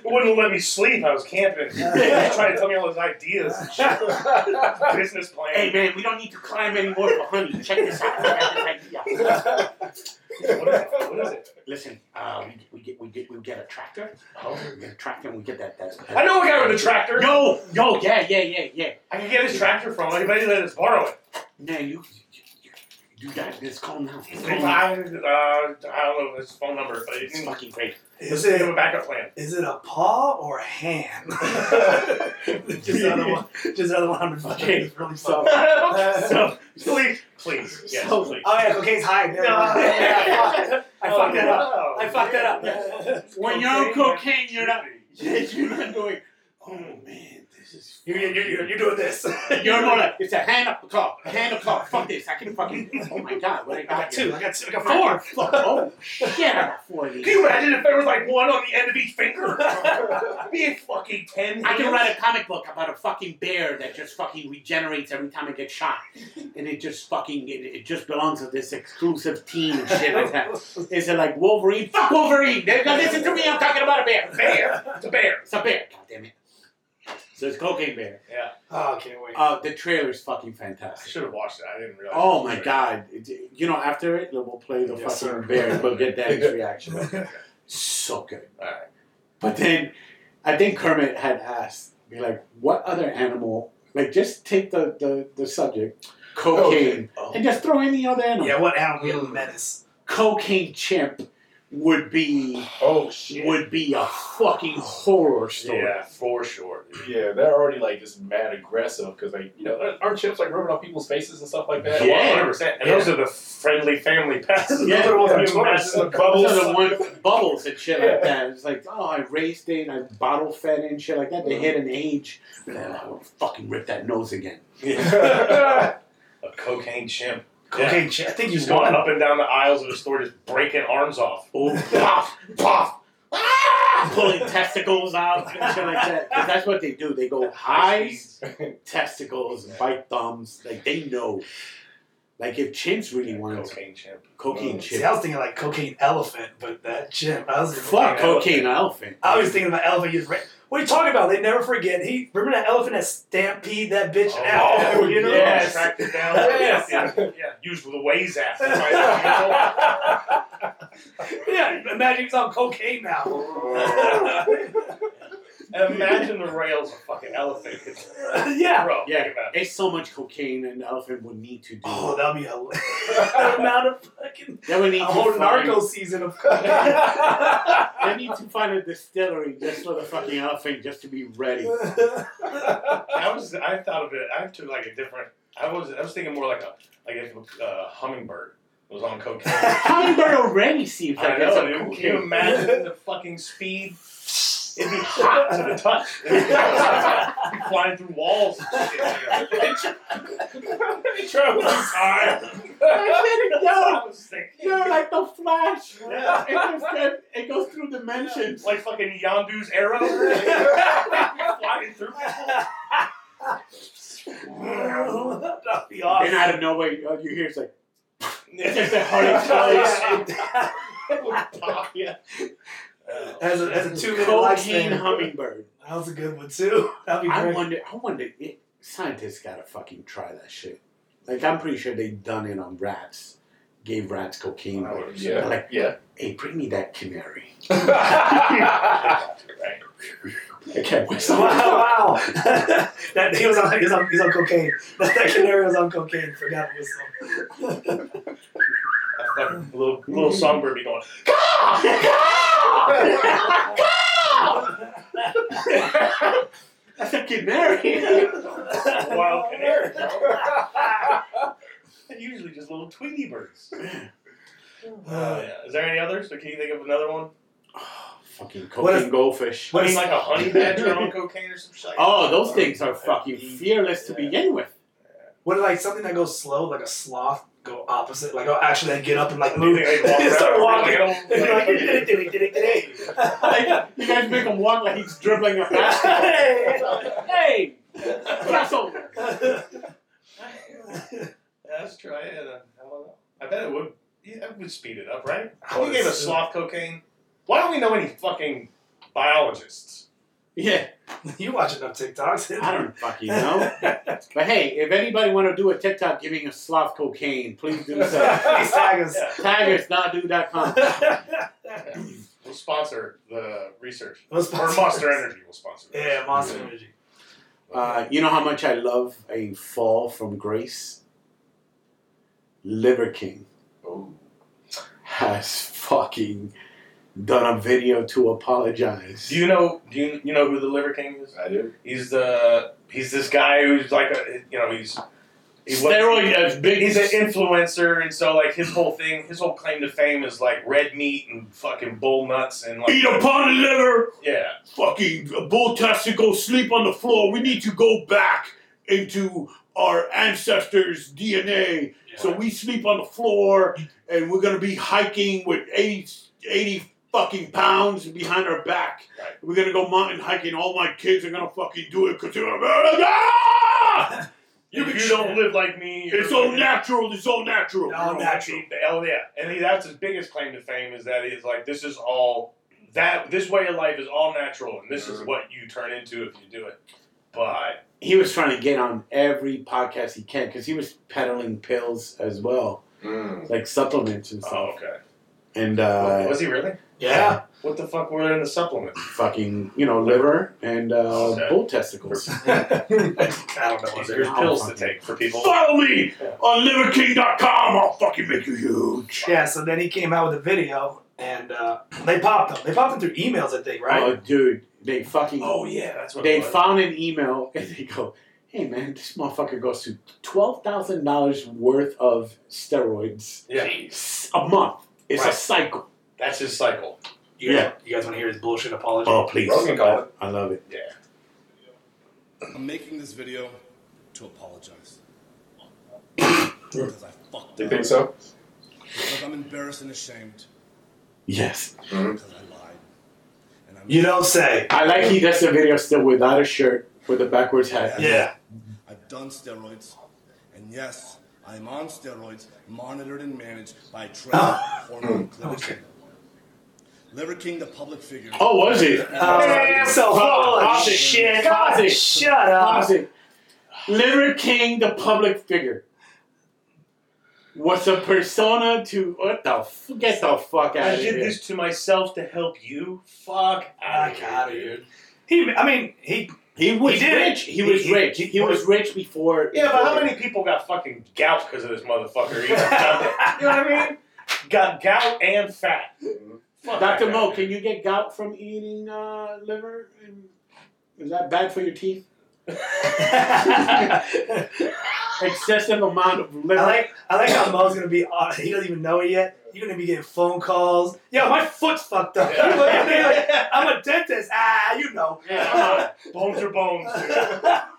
Speaker 7: Wouldn't let me sleep. I was camping. He was trying to tell me all his ideas, and shit. business plan.
Speaker 4: Hey man, we don't need to climb anymore for honey. Check this out. I have this idea.
Speaker 7: What is it? What is it?
Speaker 4: Listen, uh, we, we get we get we get a tractor. Oh, we get a tractor and we get that. that,
Speaker 7: I know a guy with a tractor.
Speaker 4: Yo, yo, yeah, yeah, yeah, yeah.
Speaker 7: I can get his tractor from anybody that is borrowing.
Speaker 4: Man, you, you, you got this. Calm down.
Speaker 7: If
Speaker 4: Calm down.
Speaker 7: I, uh, I don't know his phone number, but
Speaker 4: It's
Speaker 7: it's
Speaker 4: fucking great.
Speaker 7: let's
Speaker 1: Is
Speaker 7: say they have a
Speaker 1: it
Speaker 7: backup plan.
Speaker 1: is it a paw or a hand? just the other one. Just the other one hundred fucking.
Speaker 4: Okay,
Speaker 1: It's really
Speaker 4: so-
Speaker 1: fun.
Speaker 4: So,
Speaker 7: please, please, yes,
Speaker 4: So-
Speaker 7: please.
Speaker 1: Oh yeah, cocaine's high. Never mind. Oh, Yeah, fuck. I
Speaker 7: Oh,
Speaker 1: fucked that up.
Speaker 7: no.
Speaker 1: I fucked that up.
Speaker 4: when you're on cocaine, you're not. You're not doing. Oh man, this is.
Speaker 1: You're, you're, you're, you're doing this.
Speaker 4: You're not like it's a hand up the clock. A hand up the clock. Fuck this. I can fucking. Oh my god, what I
Speaker 1: I got
Speaker 4: got
Speaker 1: two.
Speaker 4: here.
Speaker 1: I got two. I got
Speaker 4: I
Speaker 1: four.
Speaker 4: got Fuck. Oh shit, I got four of
Speaker 7: Can
Speaker 4: these.
Speaker 7: you imagine if there was like one on the end of each finger? Be a fucking ten.
Speaker 4: I can
Speaker 7: hands.
Speaker 4: write a comic book about a fucking bear that just fucking regenerates every time it gets shot, and it just fucking it, it just belongs to this exclusive team and shit like that. Is it like Wolverine? Fuck Wolverine! They're gonna listen to me. I'm talking about a bear.
Speaker 7: bear. It's a bear.
Speaker 4: It's a bear. God damn it. So it's cocaine bear.
Speaker 1: Oh, I can't wait.
Speaker 4: Uh, the trailer's fucking
Speaker 7: I
Speaker 4: fantastic.
Speaker 7: should have watched it. I didn't realize.
Speaker 4: Oh my god! It- you know, after it, we'll play the
Speaker 1: Yes, sir.
Speaker 4: fucking bear. We'll get Danny's reaction. so good.
Speaker 7: Alright.
Speaker 4: But then, I think Kermit had asked, be like, what other animal? Like, just take the the, the subject, cocaine,
Speaker 7: Oh.
Speaker 4: and just throw any other animal.
Speaker 1: Yeah, what animal
Speaker 4: Hmm.
Speaker 1: would be a menace?
Speaker 4: Cocaine chimp would be
Speaker 5: Oh shit.
Speaker 4: would be a fucking horror story.
Speaker 7: Yeah, for sure.
Speaker 5: Yeah, they're already like just mad aggressive because like you know aren't chips like rubbing on people's faces and stuff like that.
Speaker 4: Yeah.
Speaker 7: One hundred percent. And those are the friendly family pets.
Speaker 4: Yeah.
Speaker 7: Those are the ones that
Speaker 1: Yeah.
Speaker 7: imagine the
Speaker 4: Those
Speaker 7: bubbles.
Speaker 4: are the one bubbles and shit like that. It's like, oh, I raised it, I bottle fed it and shit like that. They hit an age, and then I will fucking rip that nose again.
Speaker 7: Yeah. a cocaine chimp.
Speaker 1: Cocaine chimp. I think
Speaker 7: He's
Speaker 1: he's
Speaker 7: going
Speaker 1: one.
Speaker 7: up and down the aisles of the store, just breaking arms off.
Speaker 4: Oh, pop, pop, ah! pulling testicles out and shit like that. 'Cause that's what they do. They go eyes, testicles, bite thumbs. Like they know. Like if chimps really wanted to,
Speaker 7: Cocaine chimp.
Speaker 4: cocaine
Speaker 7: Mm.
Speaker 1: See, I
Speaker 4: chimp.
Speaker 1: was thinking like cocaine elephant, but that chimp. I was thinking about
Speaker 4: Fuck cocaine elephant.
Speaker 1: I was thinking about elephant. He's right. What are you talking about? They never forget. He remember that elephant that stampede that bitch out.
Speaker 7: Oh,
Speaker 1: you know?
Speaker 7: yes. Tracked it down.
Speaker 1: Yes.
Speaker 7: Yeah, yeah, yeah. Use the Waze app.
Speaker 1: Yeah, imagine he's on cocaine now.
Speaker 7: Imagine the rails a fucking elephant.
Speaker 4: yeah,
Speaker 7: Bro,
Speaker 4: yeah.
Speaker 7: think about it.
Speaker 4: It's so much cocaine an elephant would need to do.
Speaker 3: Oh, that'd be hilarious. the amount of fucking
Speaker 4: They would need
Speaker 3: a
Speaker 4: to
Speaker 3: whole
Speaker 4: find-
Speaker 3: narco season of
Speaker 4: They need to find a distillery just for the fucking elephant, just to be ready.
Speaker 7: I was I thought of it. I took like a different. I was I was thinking more like a like if uh, hummingbird was on cocaine.
Speaker 4: Hummingbird already seems
Speaker 7: I
Speaker 4: like
Speaker 7: know.
Speaker 4: it's on
Speaker 7: Dude. Can you
Speaker 4: cocaine.
Speaker 7: imagine the fucking speed? It'd be hot to the touch. It'd be flying through walls. And shit. Bitch. Travel through time. I was thinking,
Speaker 4: You're like the Flash.
Speaker 7: Yeah.
Speaker 4: It goes, through- it goes through dimensions.
Speaker 7: Like fucking Yondu's arrow. flying through people.
Speaker 3: That'd be
Speaker 7: uh,
Speaker 4: and
Speaker 3: awesome.
Speaker 4: out of nowhere, you uh, you hear it's like
Speaker 7: It's
Speaker 4: just a honey
Speaker 7: pop, yeah. Oh.
Speaker 3: As a, as a two minute
Speaker 4: cocaine
Speaker 3: lifespan.
Speaker 4: hummingbird.
Speaker 3: That was a good one too. That'd be
Speaker 4: I
Speaker 3: great.
Speaker 4: wonder. I wonder. It, scientists gotta fucking try that shit. Like I'm pretty sure they done it on rats. Gave rats cocaine.
Speaker 7: Oh,
Speaker 4: They're
Speaker 5: Yeah.
Speaker 4: Like,
Speaker 5: Yeah.
Speaker 4: hey, bring me that canary.
Speaker 7: right.
Speaker 4: I can't wait.
Speaker 3: wow, wow. that he was on, he was on, he was on cocaine. That, that canary was on cocaine. Forgot it was some.
Speaker 7: Like, little, little songbird be going.
Speaker 4: That's a canary.
Speaker 7: Wild canary. and usually just little Tweety birds. Oh,
Speaker 3: Oh,
Speaker 7: yeah. Is there any others? Or can you think of another one?
Speaker 4: fucking
Speaker 3: What
Speaker 4: cocaine goldfish.
Speaker 7: I mean, like a honey badger on cocaine or some shit. like
Speaker 4: Oh,
Speaker 7: that?
Speaker 4: those
Speaker 7: Or-
Speaker 4: things are fucking fearless to
Speaker 7: Yeah.
Speaker 4: begin with.
Speaker 3: Would like something that goes slow, like a sloth, go opposite? Like oh, actually, like get up and like
Speaker 7: You
Speaker 3: move.
Speaker 7: think they'd walk
Speaker 3: and start
Speaker 7: around
Speaker 3: walking.
Speaker 7: like
Speaker 3: And
Speaker 7: an
Speaker 3: you're
Speaker 7: old-
Speaker 3: like, "Diddy-diddy-diddy-diddy-diddy."
Speaker 4: Like, you guys make him walk like he's dribbling a basketball. hey, crossover.
Speaker 7: Yeah, let's try it. and, uh, I don't know. I bet it would. Yeah, it would speed it up, right? If you gave a sloth cocaine. Why don't we know any fucking biologists?
Speaker 4: Yeah,
Speaker 3: you watch enough TikToks?
Speaker 4: I don't fucking know. But hey, if anybody want to do a TikTok giving a sloth cocaine, please do so.
Speaker 3: These tigers.
Speaker 7: Yeah.
Speaker 4: Tigersnotdo.com.
Speaker 7: We'll sponsor the research.
Speaker 3: Let's-
Speaker 7: Or Monster Energy will sponsor. the
Speaker 3: Yeah,
Speaker 7: research.
Speaker 3: monster energy.
Speaker 4: Uh, you know how much I love a fall from grace? Liver King Oh. has fucking done a video to apologize.
Speaker 7: Do you know? Do you, you know who the Liver King is?
Speaker 5: I do.
Speaker 7: He's the he's this guy who's like a you know he's he was-
Speaker 4: Steroid as big
Speaker 7: He's an influencer, and so like his whole thing, his whole claim to fame is like red meat and fucking bull nuts and like
Speaker 4: Eat a pound of liver,
Speaker 7: yeah.
Speaker 4: fucking bull testicle, sleep on the floor. We need to go back into our ancestors' DNA. So we sleep on the floor and we're going to be hiking with 80, 80 fucking pounds behind our back.
Speaker 7: Right.
Speaker 4: We're going to go mountain hiking. All my kids are going to fucking do it because they're America!
Speaker 7: You, if you don't live like me.
Speaker 4: It's
Speaker 7: you're
Speaker 4: all natural. It's all natural.
Speaker 3: No. all natural.
Speaker 7: Oh yeah, and he, that's his biggest claim to fame is that he's like, this is all that this way of life is all natural, and this is what you turn into if you do it. But
Speaker 4: He was trying to get on every podcast he can because he was peddling pills as well, like supplements and
Speaker 7: oh, okay,
Speaker 4: and uh,
Speaker 7: was he really?
Speaker 3: Yeah.
Speaker 7: What the fuck were in the supplements?
Speaker 4: fucking you know liver and uh,
Speaker 7: Okay.
Speaker 4: bull testicles.
Speaker 3: I don't know. what
Speaker 7: These
Speaker 3: they're
Speaker 7: are
Speaker 4: Oh,
Speaker 7: pills to
Speaker 4: fuck.
Speaker 7: take for people.
Speaker 4: Follow me on liverking.com. I'll fucking make you huge.
Speaker 3: Yeah, so then he came out with a video and uh, they popped him. They popped him through emails, I think,
Speaker 4: Oh,
Speaker 3: right?
Speaker 4: dude, they fucking
Speaker 7: Oh yeah, that's what
Speaker 4: they
Speaker 7: it was.
Speaker 4: found an email and they go, "Hey man, this motherfucker goes through twelve thousand dollars worth of steroids
Speaker 7: yeah,
Speaker 4: a month. It's
Speaker 7: Right.
Speaker 4: a cycle."
Speaker 7: that's his cycle.
Speaker 3: You guys-
Speaker 4: yeah.
Speaker 3: You guys want to hear his bullshit apology?
Speaker 4: Oh please,
Speaker 7: Rogan called it.
Speaker 4: I love it.
Speaker 2: I'm making this video to apologize. because I fucked
Speaker 5: Do you
Speaker 2: up.
Speaker 5: think so?
Speaker 2: Because I'm embarrassed and ashamed.
Speaker 4: Yes,
Speaker 2: Because I lied. And I'm,
Speaker 3: You don't say.
Speaker 4: I like he does the video still without a shirt with a backwards hat.
Speaker 3: Yeah.
Speaker 2: I've done steroids. And yes, I'm on steroids, monitored and managed by a trained hormone clinician. Liver King, the public figure.
Speaker 4: Oh, was it?
Speaker 3: Man, so full of
Speaker 4: Pause it.
Speaker 3: shit.
Speaker 4: Pause it.
Speaker 3: Shut up.
Speaker 4: Pause it. Liver King, the public figure, was a persona to what the f- get the fuck out
Speaker 7: I
Speaker 4: of
Speaker 7: did
Speaker 4: here.
Speaker 7: this to myself to help you. Fuck out
Speaker 3: Fuck
Speaker 7: of
Speaker 3: out
Speaker 7: here.
Speaker 3: of
Speaker 7: dude.
Speaker 3: here. He, I mean, he.
Speaker 4: He was
Speaker 3: He did it.
Speaker 4: rich. He was
Speaker 3: He- he-
Speaker 4: rich. He, was rich before.
Speaker 7: Yeah, but how
Speaker 4: before-
Speaker 7: many people got fucking gout because of this motherfucker? You know, you know what I mean? Got gout and fat. Fuck
Speaker 4: Dr.
Speaker 7: that
Speaker 4: Mo,
Speaker 7: guy.
Speaker 4: can you get gout from eating uh, liver? And is that bad for your teeth? Excessive amount of liver.
Speaker 3: I like, I like how Mo's gonna be. Uh, he doesn't even know it yet. You're gonna be getting phone calls. Yo, my foot's fucked up. You look at me like, I'm a dentist. Ah, you know.
Speaker 4: Yeah, I'm a-
Speaker 7: bones are bones. dude.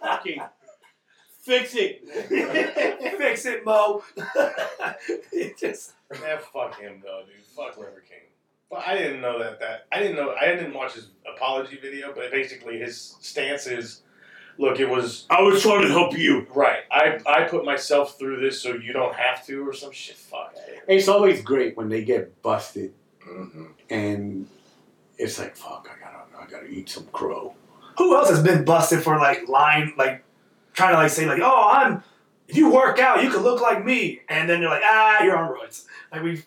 Speaker 4: fucking fix it.
Speaker 3: Fix it, Mo. It just
Speaker 7: Yeah, fuck him though, dude. Fuck River King. But I didn't know that. That I didn't know. I didn't watch his apology video, but basically his stance is, look, it was
Speaker 4: I was trying to help you.
Speaker 7: right. I I put myself through this so you don't have to or some shit. Fuck.
Speaker 4: It's always great when they get busted,
Speaker 7: Mm-hmm.
Speaker 4: and it's like, fuck, I gotta, I gotta eat some crow.
Speaker 3: who else has been busted for like lying, like trying to like say like, oh, I'm. If you work out, you could look like me, and then you're like, ah, you're on roids. Like we've.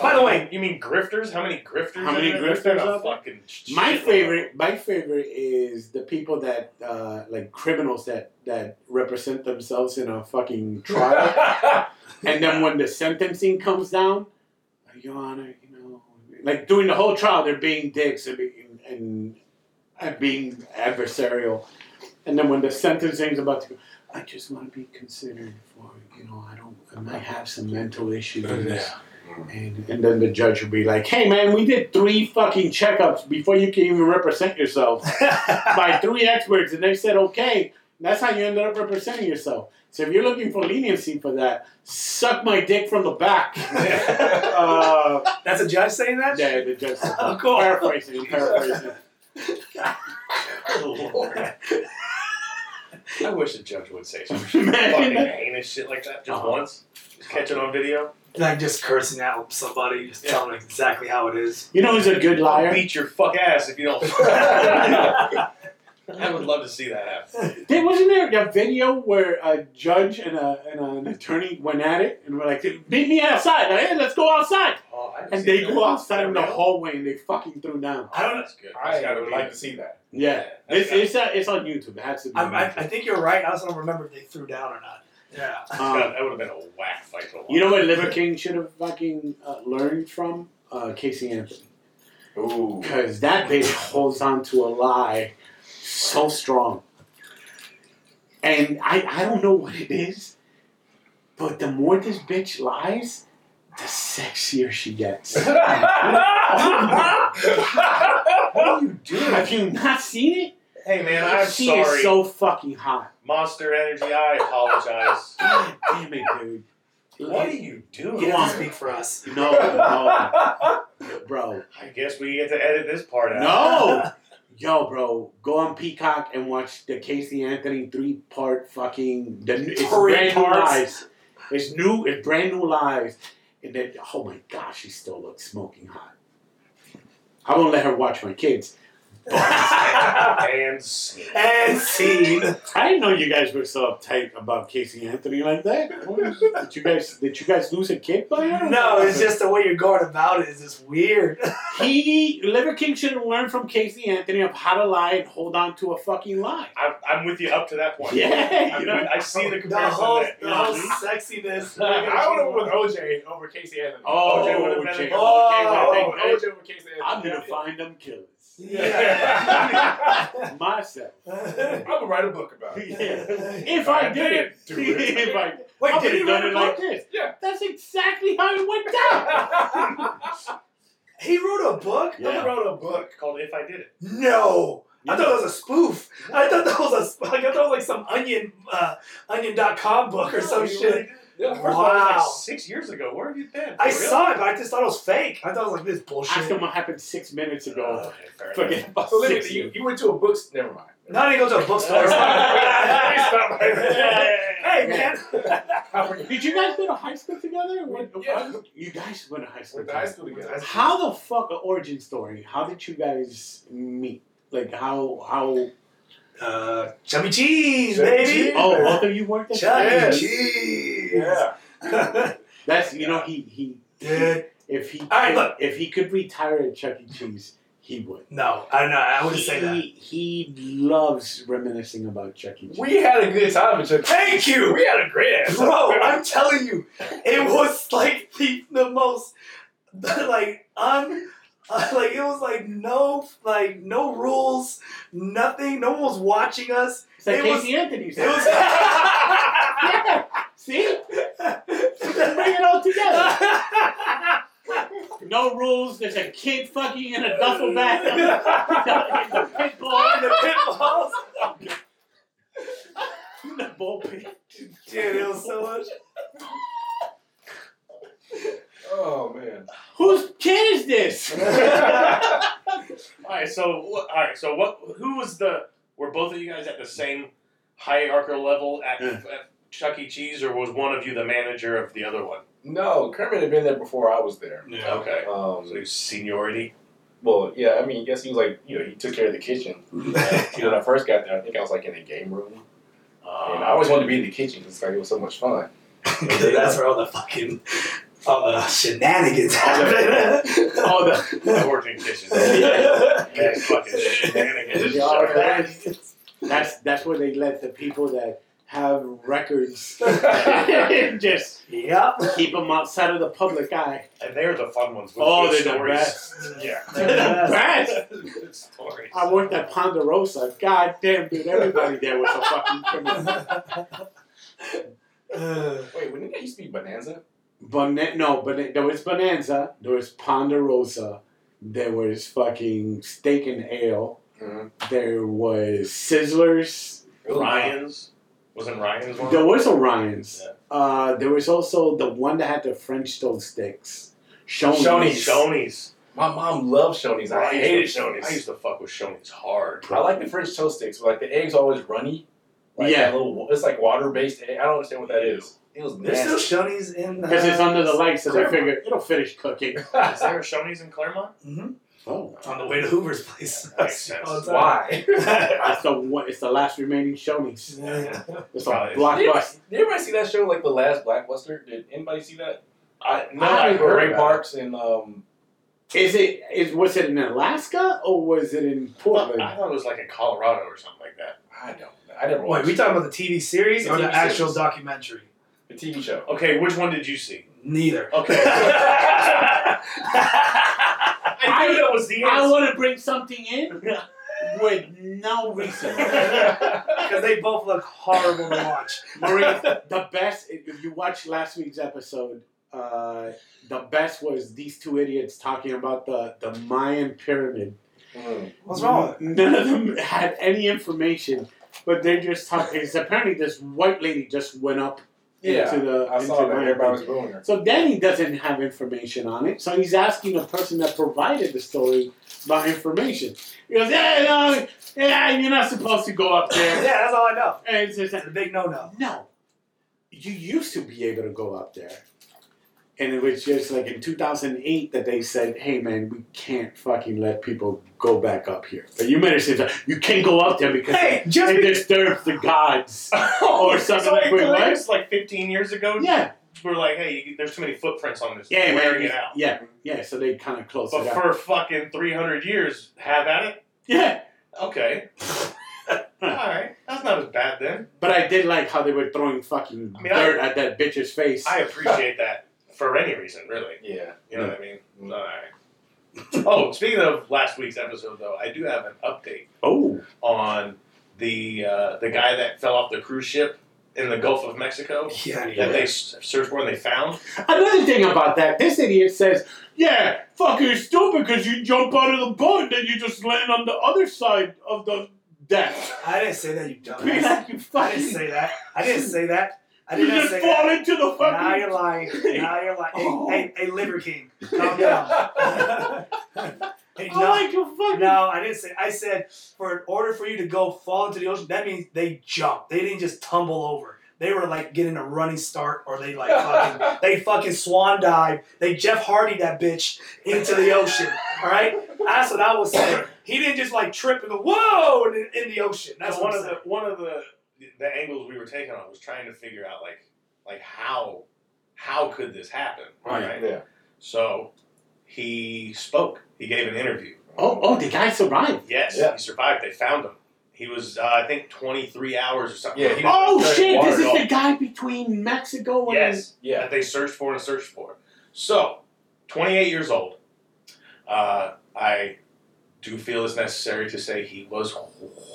Speaker 3: By the way,
Speaker 7: you mean grifters? How many grifters?
Speaker 4: How
Speaker 7: are
Speaker 4: many
Speaker 7: there?
Speaker 4: grifters
Speaker 7: They're
Speaker 4: are
Speaker 7: a
Speaker 4: there?
Speaker 7: fucking.
Speaker 4: My
Speaker 7: shit. uh,
Speaker 4: favorite, my favorite is the people that uh, like criminals that that represent themselves in a fucking trial, and then when the sentencing comes down, Your Honor, you know, like during the whole trial they're being dicks and being, and, and being adversarial, and then when the sentencing's about to go, I just want to be considered for you know I don't I might have some mental issues. And, and then the judge would be like, hey man, we did three fucking checkups before you can even represent yourself by three experts, and they said, okay. That's how you ended up representing yourself. So if you're looking for leniency for that, suck my dick from the back. uh,
Speaker 3: that's a judge saying that.
Speaker 4: yeah, the judge said,
Speaker 3: Of course.
Speaker 4: paraphrasing, paraphrasing.
Speaker 7: I wish a judge would say some shit. fucking heinous shit like that just
Speaker 4: Uh-huh.
Speaker 7: once. Just catch it on video.
Speaker 3: Like just cursing out somebody, just
Speaker 7: Yeah.
Speaker 3: telling them exactly how it is.
Speaker 4: You know who's a good
Speaker 7: I'll
Speaker 4: liar?
Speaker 7: beat your fuck ass if you don't. I would love to see that happen.
Speaker 4: There, wasn't there a video where a judge and, a, and an attorney went at it and were like, meet me outside. Like, hey, let's go outside.
Speaker 7: Oh, I haven't
Speaker 4: And
Speaker 7: seen
Speaker 4: they
Speaker 7: that.
Speaker 4: go outside in the
Speaker 7: Yeah.
Speaker 4: hallway and they fucking threw down.
Speaker 3: I don't.
Speaker 7: That's good. That's
Speaker 8: I
Speaker 7: gotta
Speaker 8: would
Speaker 7: be
Speaker 8: like
Speaker 7: it.
Speaker 8: to see that.
Speaker 4: Yeah.
Speaker 7: Yeah.
Speaker 4: It's, it's, uh, it's on YouTube. It has to be.
Speaker 3: I,
Speaker 4: on
Speaker 3: I,
Speaker 4: YouTube.
Speaker 3: I think you're right. I also don't remember if they threw down or not. Yeah.
Speaker 7: That's
Speaker 4: Um,
Speaker 7: gotta- that would have been a whack fight. To watch.
Speaker 4: You know what Liver King should have fucking uh, learned from? Uh, Casey Anthony.
Speaker 7: Ooh.
Speaker 4: Because that bitch holds on to a lie so strong. And I, I don't know what it is, but the more this bitch lies, the sexier she gets. Have you not seen it?
Speaker 7: hey man, I'm
Speaker 4: she
Speaker 7: sorry.
Speaker 4: is so fucking hot.
Speaker 7: Monster Energy, I apologize.
Speaker 4: God damn it, dude.
Speaker 7: what are you doing?
Speaker 3: He doesn't speak for us.
Speaker 4: No, no. Bro.
Speaker 7: I guess we get to edit this part out.
Speaker 4: No! Yo, bro, go on Peacock and watch the Casey Anthony three part fucking. The, it's
Speaker 3: Three
Speaker 4: brand
Speaker 3: parts?
Speaker 4: new lives. It's new. It's brand new lives. And then, oh my gosh, she still looks smoking hot. I won't let her watch my kids.
Speaker 7: and see.
Speaker 3: And scene.
Speaker 4: I didn't know you guys were so uptight about Casey Anthony like that. What is- Did you guys? Did you guys lose a kid by her?
Speaker 3: No, it's just the way you're going about it is just weird.
Speaker 4: he. Liver King should have learned from Casey Anthony of how to lie and hold on to a fucking lie.
Speaker 7: I'm, I'm with you up to that point.
Speaker 4: Yeah,
Speaker 7: I'm
Speaker 4: you know?
Speaker 7: with- I see the comparison.
Speaker 3: The whole,
Speaker 7: there.
Speaker 3: the whole sexiness.
Speaker 8: I would have with OJ over Casey Anthony.
Speaker 4: Oh,
Speaker 8: OJ would have
Speaker 4: OJ.
Speaker 8: been
Speaker 3: Oh,
Speaker 8: OJ over Casey
Speaker 4: I'm
Speaker 8: Anthony.
Speaker 4: gonna find them killers.
Speaker 3: Yeah.
Speaker 4: myself.
Speaker 8: I'm gonna write a book about it.
Speaker 4: If I,
Speaker 8: I
Speaker 4: did it,
Speaker 8: didn't do it.
Speaker 4: if I,
Speaker 3: Wait,
Speaker 4: I
Speaker 3: did he
Speaker 4: would've done
Speaker 3: write
Speaker 4: it
Speaker 3: a
Speaker 4: like
Speaker 3: book?
Speaker 4: this.
Speaker 8: Yeah.
Speaker 4: That's exactly how it went down.
Speaker 3: He wrote a book?
Speaker 4: Yeah.
Speaker 7: I wrote a book called If I Did It.
Speaker 3: No. I thought it was a spoof. I thought that was a sp- like, I thought it was like some onion uh, onion.com book or some
Speaker 7: You
Speaker 3: shit.
Speaker 7: really did? Yeah, first of all, it was
Speaker 3: Wow.
Speaker 7: like six years ago. Where have you been?
Speaker 3: I
Speaker 7: For real?
Speaker 3: saw it, but I just thought it was fake. I thought it was like this bullshit.
Speaker 4: Ask him what happened six minutes
Speaker 7: Oh,
Speaker 4: ago.
Speaker 7: okay, fair enough.
Speaker 4: Forget about
Speaker 8: So literally,
Speaker 4: six
Speaker 8: you,
Speaker 4: years.
Speaker 8: you went to a book. Never mind.
Speaker 3: Now they go to a bookstore. hey man,
Speaker 4: Did you guys go to high school together? What-
Speaker 8: Yeah.
Speaker 4: You guys went to high school
Speaker 8: Went to
Speaker 4: together.
Speaker 8: high school together.
Speaker 4: How the fuck an origin story? How did you guys meet? Like how how?
Speaker 3: uh, Chubby Cheese,
Speaker 8: Chubby
Speaker 3: baby.
Speaker 8: Cheese.
Speaker 4: Oh, both of you worked at
Speaker 3: Chubby
Speaker 8: Yes.
Speaker 3: Cheese.
Speaker 8: Yeah.
Speaker 4: That's you know he he
Speaker 3: Dude,
Speaker 4: If he
Speaker 3: right,
Speaker 4: could,
Speaker 3: look.
Speaker 4: if he could retire at Chuck E. Cheese, He would.
Speaker 3: No, I know. I wouldn't
Speaker 4: he,
Speaker 3: say that.
Speaker 4: He loves reminiscing about Chuck E. Cheese.
Speaker 7: We had a good time. At Chuck-
Speaker 3: Thank you.
Speaker 7: We had a great ass.
Speaker 3: Bro, I'm telling you, it was like the, the most like un uh, like it was like no like no rules, nothing. No one was watching us.
Speaker 4: It's like
Speaker 3: it was-
Speaker 4: Casey Anthony.
Speaker 3: It was.
Speaker 4: yeah, see? Bring it all together. No rules. There's a kid fucking in a duffel bag. the
Speaker 3: the
Speaker 4: pitbull
Speaker 3: pinballs.
Speaker 4: in the bullpen.
Speaker 3: Dude, it was so much.
Speaker 7: Oh man.
Speaker 4: Whose kid is this?
Speaker 7: all right. So wh- all right. So what? Who was the? Were both of you guys at the same hierarchical level at, at Chuck E. Cheese, or was one of you the manager of the other one?
Speaker 5: No, Kermit had been there before I was there.
Speaker 3: Yeah.
Speaker 7: Okay.
Speaker 5: Um,
Speaker 7: So seniority.
Speaker 5: well, yeah, I mean, I guess he was like, you know, he took care of the kitchen. And, you know, when I first got there, I think I was like in the game room, and I always wanted to be in the kitchen because like it was so much fun.
Speaker 3: That's where all the fucking all the shenanigans happened.
Speaker 7: Oh, the the working kitchen.
Speaker 3: yeah.
Speaker 7: Yeah, fucking shenanigans.
Speaker 4: Y'all, that's, that's that's where they let the people that have records just
Speaker 3: Yep.
Speaker 4: keep them outside of the public eye.
Speaker 7: And they're the fun ones. With
Speaker 4: Oh,
Speaker 7: good
Speaker 4: they're the
Speaker 7: stories.
Speaker 4: best.
Speaker 7: Yeah.
Speaker 4: They're the best.
Speaker 7: Good stories.
Speaker 4: I worked at Ponderosa. God damn, dude, everybody there was a fucking criminal.
Speaker 3: Uh,
Speaker 5: Wait, when did that used to be Bonanza?
Speaker 4: Bana- no, but there was Bonanza, there was Ponderosa, there was fucking Steak and Ale,
Speaker 5: Mhm.
Speaker 4: there was Sizzlers,
Speaker 7: Ryan's wasn't Ryan's one.
Speaker 4: there was Orion's.
Speaker 7: Yeah.
Speaker 4: Uh, there was also the one that had the French toast sticks. Shoney's.
Speaker 5: Shoney's.
Speaker 7: Shoney's.
Speaker 5: My mom loved Shoney's. I
Speaker 7: I
Speaker 5: hated
Speaker 7: hated Shoney's. I used
Speaker 5: Shoney's.
Speaker 7: to fuck with Shoney's hard.
Speaker 5: I like the French toast sticks, but like the eggs always runny. Like,
Speaker 4: Yeah.
Speaker 5: that Little, it's like water based. I don't understand what that is. It was
Speaker 3: there's
Speaker 5: nasty.
Speaker 3: still Shoney's in.
Speaker 4: Because it's under the lights, so they
Speaker 7: Claremont.
Speaker 4: figure it'll finish cooking.
Speaker 7: Is there a Shoney's in Claremont?
Speaker 3: Mhm.
Speaker 4: Oh.
Speaker 3: on the way to Hoover's place.
Speaker 7: Yeah, makes sense.
Speaker 3: All the time.
Speaker 5: Why?
Speaker 4: That's the one, it's the last remaining Shoney's.
Speaker 3: Yeah.
Speaker 4: It's a
Speaker 7: Probably.
Speaker 5: Did anybody,
Speaker 4: blockbuster.
Speaker 5: did anybody see that show, like The Last Blackbuster? Did anybody see that?
Speaker 7: I,
Speaker 4: I
Speaker 7: no, I,
Speaker 4: haven't
Speaker 7: heard
Speaker 5: Ray
Speaker 7: about
Speaker 5: Parks and um,
Speaker 4: Is it is was it in Alaska or was it in
Speaker 7: it. I thought-
Speaker 4: Portland?
Speaker 7: I thought it was like in Colorado or something like that.
Speaker 5: I don't, know. I never
Speaker 3: Wait,
Speaker 5: watched
Speaker 3: we talking about the TV series
Speaker 5: The
Speaker 3: or the
Speaker 5: TV
Speaker 3: actual
Speaker 5: series.
Speaker 3: documentary?
Speaker 5: the TV show.
Speaker 7: Okay, which one did you see?
Speaker 3: Neither.
Speaker 7: Okay. I knew that was the
Speaker 4: I
Speaker 7: answer.
Speaker 4: want to bring something in with no reason.
Speaker 3: Because they both look horrible to watch.
Speaker 4: Marie, the best, if you watched last week's episode, uh, the best was these two idiots talking about the, the Mayan pyramid.
Speaker 5: Mm.
Speaker 3: What's wrong with it?
Speaker 4: None of them had any information, but they're just talking. Because apparently, this white lady just went up
Speaker 5: Yeah,
Speaker 4: into the.
Speaker 5: I
Speaker 4: into
Speaker 5: saw that.
Speaker 4: Mayan
Speaker 5: Everybody was
Speaker 4: pyramid.
Speaker 5: ruining her.
Speaker 4: So Danny doesn't have information on it. So he's asking the person that provided the story about information. He goes, "Yeah, no, yeah, you're not supposed to go up
Speaker 3: Yeah,
Speaker 4: there."
Speaker 3: that's all I know.
Speaker 4: And it's just,
Speaker 3: It's a big no-no.
Speaker 4: no, you used to be able to go up there. And it was just like in 2008 that they said, "Hey, man, we can't fucking let people go back up here." But you made it seem like you can't go up there because
Speaker 3: Hey, just
Speaker 4: it
Speaker 3: be-
Speaker 4: disturbs the gods.
Speaker 7: or
Speaker 4: Oh, something
Speaker 7: so
Speaker 4: like, wait, what?
Speaker 7: It's like 15 years ago.
Speaker 4: Yeah,
Speaker 7: We're like, hey, you, there's too many footprints on this.
Speaker 4: yeah,
Speaker 7: wearing
Speaker 4: man,
Speaker 7: it out.
Speaker 4: yeah, yeah. So they kind of closed
Speaker 7: But
Speaker 4: it up.
Speaker 7: for fucking 300 years, have at it.
Speaker 4: Yeah.
Speaker 7: Okay. All right, that's not as bad then.
Speaker 4: But I did like how they were throwing fucking
Speaker 7: I mean,
Speaker 4: dirt at that bitch's face.
Speaker 7: I appreciate that for any reason, really.
Speaker 5: Yeah.
Speaker 7: You know what I mean? All
Speaker 4: Mm-hmm.
Speaker 7: right. Oh, speaking of last week's episode, though, I do have an update
Speaker 4: oh,
Speaker 7: on the uh, the guy that fell off the cruise ship in the Gulf of Mexico
Speaker 3: Yeah.
Speaker 7: that they s- searched for and they found.
Speaker 4: another thing about that, this idiot says, "Yeah, fucking stupid, because you jump out of the boat and then you just land on the other side of the deck."
Speaker 3: I didn't say that, you
Speaker 4: Be
Speaker 3: dumbass.
Speaker 4: like, you
Speaker 3: I didn't
Speaker 4: fucking,
Speaker 3: say that. I didn't say that. I
Speaker 4: you
Speaker 3: did not
Speaker 4: just
Speaker 3: say
Speaker 4: fall
Speaker 3: that.
Speaker 4: into the
Speaker 3: Now
Speaker 4: fucking.
Speaker 3: you're lying. Now you're lying.
Speaker 4: Oh.
Speaker 3: Hey, hey, hey, Liver King, calm down. hey,
Speaker 4: I'm
Speaker 3: no,
Speaker 4: like, you fucking.
Speaker 3: no, I didn't say. I said for in order for you to go fall into the ocean, that means they jumped. They didn't just tumble over. They were like getting a running start, or they like fucking, they fucking swan dive. They Jeff Hardy that bitch into the ocean. All right, that's what I was saying. He didn't just like trip and go whoa in, in the ocean. That's
Speaker 7: one
Speaker 3: what I'm
Speaker 7: of
Speaker 3: saying.
Speaker 7: the one of the the angles we were taking on was trying to figure out like like how how could this happen,
Speaker 5: Right. Yeah.
Speaker 7: So he spoke. He gave an interview,
Speaker 9: Oh, oh, the guy survived.
Speaker 7: Yes,
Speaker 10: Yeah.
Speaker 7: he survived. They found him. He was, uh, I think, 23 hours or something.
Speaker 10: Yeah, he-
Speaker 9: Oh
Speaker 10: Right,
Speaker 9: shit! This
Speaker 10: water.
Speaker 9: is the guy between Mexico and
Speaker 7: yes,
Speaker 10: Yeah.
Speaker 7: that they searched for and searched for. So, 28 years old. Uh, I do feel it's necessary to say he was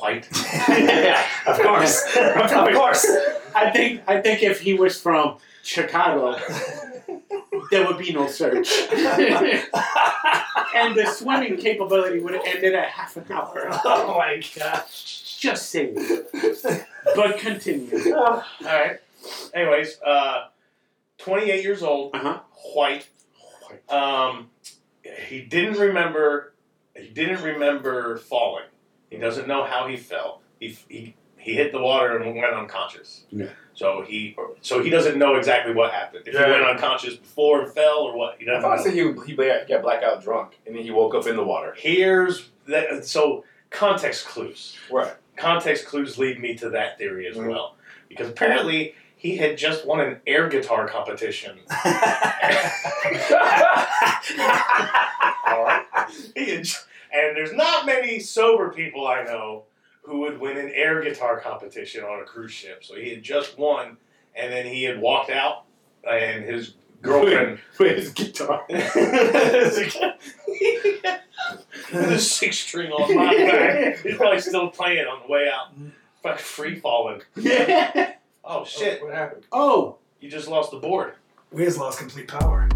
Speaker 7: white.
Speaker 9: Yeah,
Speaker 7: of course, of course.
Speaker 9: I think I think if he was from Chicago, there would be no search, and the swimming capability would have ended at half an hour.
Speaker 7: Oh my god.
Speaker 9: Just saying. But continue.
Speaker 7: All right. Anyways, uh, 28 years old,
Speaker 9: Uh huh.
Speaker 7: white. Um, he didn't remember. He didn't remember falling. He doesn't know how he fell. He he, he hit the water and went unconscious.
Speaker 9: Yeah.
Speaker 7: So he so he doesn't know exactly what happened. If
Speaker 10: Yeah.
Speaker 7: he went unconscious before and fell or what, he
Speaker 10: I
Speaker 7: doesn't
Speaker 10: thought I
Speaker 7: know.
Speaker 10: said he he bla- got blackout drunk and then he woke up in the water.
Speaker 7: Here's that. So context clues.
Speaker 10: Right.
Speaker 7: context clues lead me to that theory as
Speaker 9: Mm-hmm.
Speaker 7: well. Because apparently he had just won an air guitar competition. He had ju- and there's not many sober people I know who would win an air guitar competition on a cruise ship. So he had just won, and then he had walked out, and his girlfriend
Speaker 9: With his guitar.
Speaker 7: with a six string on my back. He's probably still playing on the way out. Fucking free falling.
Speaker 9: Yeah.
Speaker 7: Oh shit!
Speaker 10: What happened?
Speaker 9: Oh,
Speaker 7: You just lost the board.
Speaker 1: We just lost complete power.